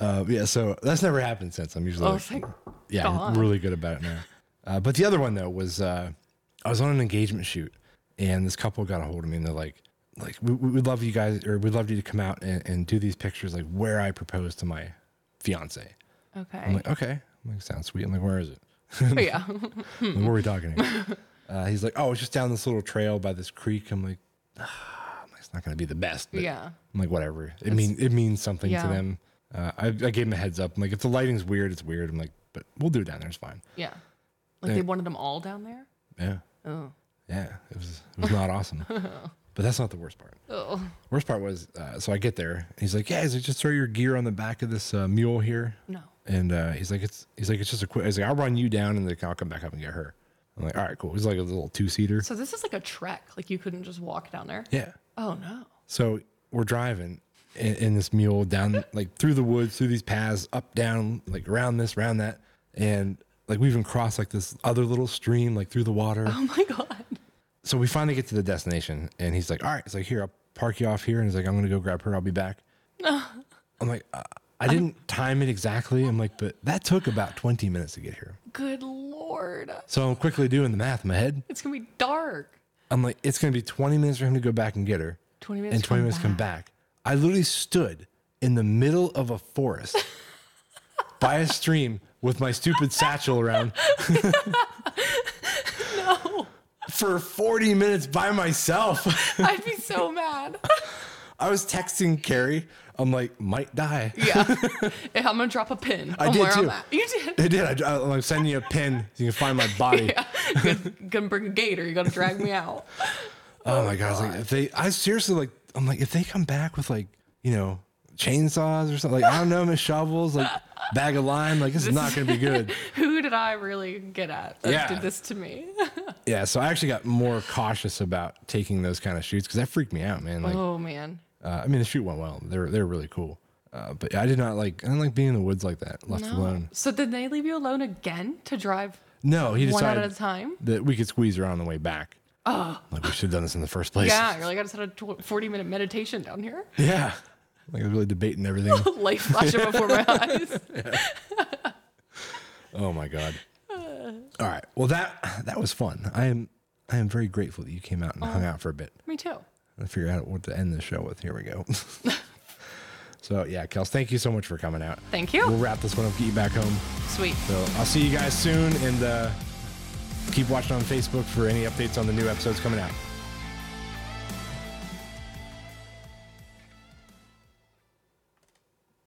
Speaker 1: uh, yeah, so that's never happened since. I'm usually
Speaker 2: Oh,
Speaker 1: like,
Speaker 2: thank
Speaker 1: yeah, I'm
Speaker 2: God.
Speaker 1: really good about it now. Uh, but the other one though was uh, I was on an engagement shoot, and this couple got a hold of me, and they're like, like we we would love you guys, or we'd love you to come out and, and do these pictures, like where I proposed to my fiance. I'm
Speaker 2: Okay.
Speaker 1: like, okay, I'm like, sounds sweet. I'm like, where is it?
Speaker 2: yeah. [laughs]
Speaker 1: What were we talking about? uh, he's like, oh, it's just down this little trail by this creek. I'm like, [sighs] ah, I'm like, it's not going to be the best. But
Speaker 2: yeah.
Speaker 1: I'm like, whatever. It mean it means something
Speaker 2: Yeah.
Speaker 1: to them. Uh, I, I gave him a heads up. I'm like, if the lighting's weird, it's weird. I'm like, but we'll do it down there. It's fine.
Speaker 2: Yeah. Like they wanted them all down there.
Speaker 1: Yeah,
Speaker 2: Oh.
Speaker 1: yeah. It was it was not awesome. But that's not the worst part.
Speaker 2: Oh.
Speaker 1: Worst part was uh, so I get there. And he's like, yeah, he's like, just throw your gear on the back of this uh, mule here.
Speaker 2: No.
Speaker 1: And uh, he's like, it's he's like, it's just a quick. He's like, I'll run you down and then I'll come back up and get her. I'm like, all right, cool. It's like a little two seater.
Speaker 2: So this is like a trek. Like you couldn't just walk down there.
Speaker 1: Yeah.
Speaker 2: Oh no.
Speaker 1: So we're driving in, in this mule down like through the woods, through these paths, up, down, like around this, around that, and like we even crossed like this other little stream, like through the water.
Speaker 2: Oh my [laughs] god.
Speaker 1: So we finally get to the destination, and he's like, "All right," it's like, "Here, I'll park you off here," and he's like, "I'm gonna go grab her. I'll be back." I'm like, uh, I didn't time it exactly. I'm like, but that took about 20 minutes to get here.
Speaker 2: Good lord.
Speaker 1: So I'm quickly doing the math in my head.
Speaker 2: It's gonna be dark.
Speaker 1: I'm like, it's gonna be 20 minutes for him to go back and get her.
Speaker 2: 20 minutes
Speaker 1: and
Speaker 2: to
Speaker 1: 20 minutes come back. I literally stood in the middle of a
Speaker 2: [laughs]
Speaker 1: forest by a stream with my stupid satchel
Speaker 2: [laughs]
Speaker 1: around. no. For 40 minutes by myself. [laughs]
Speaker 2: I'd be so [laughs] mad.
Speaker 1: I was texting Carrie. I'm like, might die.
Speaker 2: Yeah. [laughs] If I'm gonna drop a pin
Speaker 1: I
Speaker 2: on
Speaker 1: did
Speaker 2: where
Speaker 1: too.
Speaker 2: I'm at. You did. [laughs]
Speaker 1: It did. I, I'm sending you a pin so you can find my body.
Speaker 2: Yeah. Gonna- gonna bring a gator. You're gonna drag me out.
Speaker 1: Oh my god! I was like, if they, I seriously like, I'm like, if they come back with like, you know, chainsaws or something, like I don't know, miss shovels, like bag of lime, like this is not going to be
Speaker 2: [laughs]
Speaker 1: good.
Speaker 2: Who did I really get at that
Speaker 1: Yeah.
Speaker 2: did this to me?
Speaker 1: Yeah, so I actually got more cautious about taking those kind of shoots because that freaked me out, man. Like,
Speaker 2: Oh man.
Speaker 1: uh, I mean, the shoot went well; they're they're really cool. Uh, but I did not like I didn't like being in the woods like that, left alone.
Speaker 2: So did they leave you alone again to drive
Speaker 1: No, he
Speaker 2: one
Speaker 1: decided
Speaker 2: at a time?
Speaker 1: that we could squeeze her on the way back. Oh, like we should have done this in the first place.
Speaker 2: Yeah, you're like, I just had a tw- 40 minute meditation down here.
Speaker 1: [laughs] yeah. Like really debating everything.
Speaker 2: Life flashing before my [laughs] eyes.
Speaker 1: Oh my
Speaker 2: [laughs]
Speaker 1: god. All right. Well, that that was fun. I am I am very grateful that you came out and
Speaker 2: Oh.
Speaker 1: hung out for a bit.
Speaker 2: Me too.
Speaker 1: I figure out what to end the show with. Here we go. [laughs] so yeah, Kels, thank you so much for coming out.
Speaker 2: Thank
Speaker 1: We'll
Speaker 2: you.
Speaker 1: wrap this one up, get you back home.
Speaker 2: Sweet.
Speaker 1: So I'll see you guys soon, and uh, keep watching on Facebook for any updates on the new episodes coming out.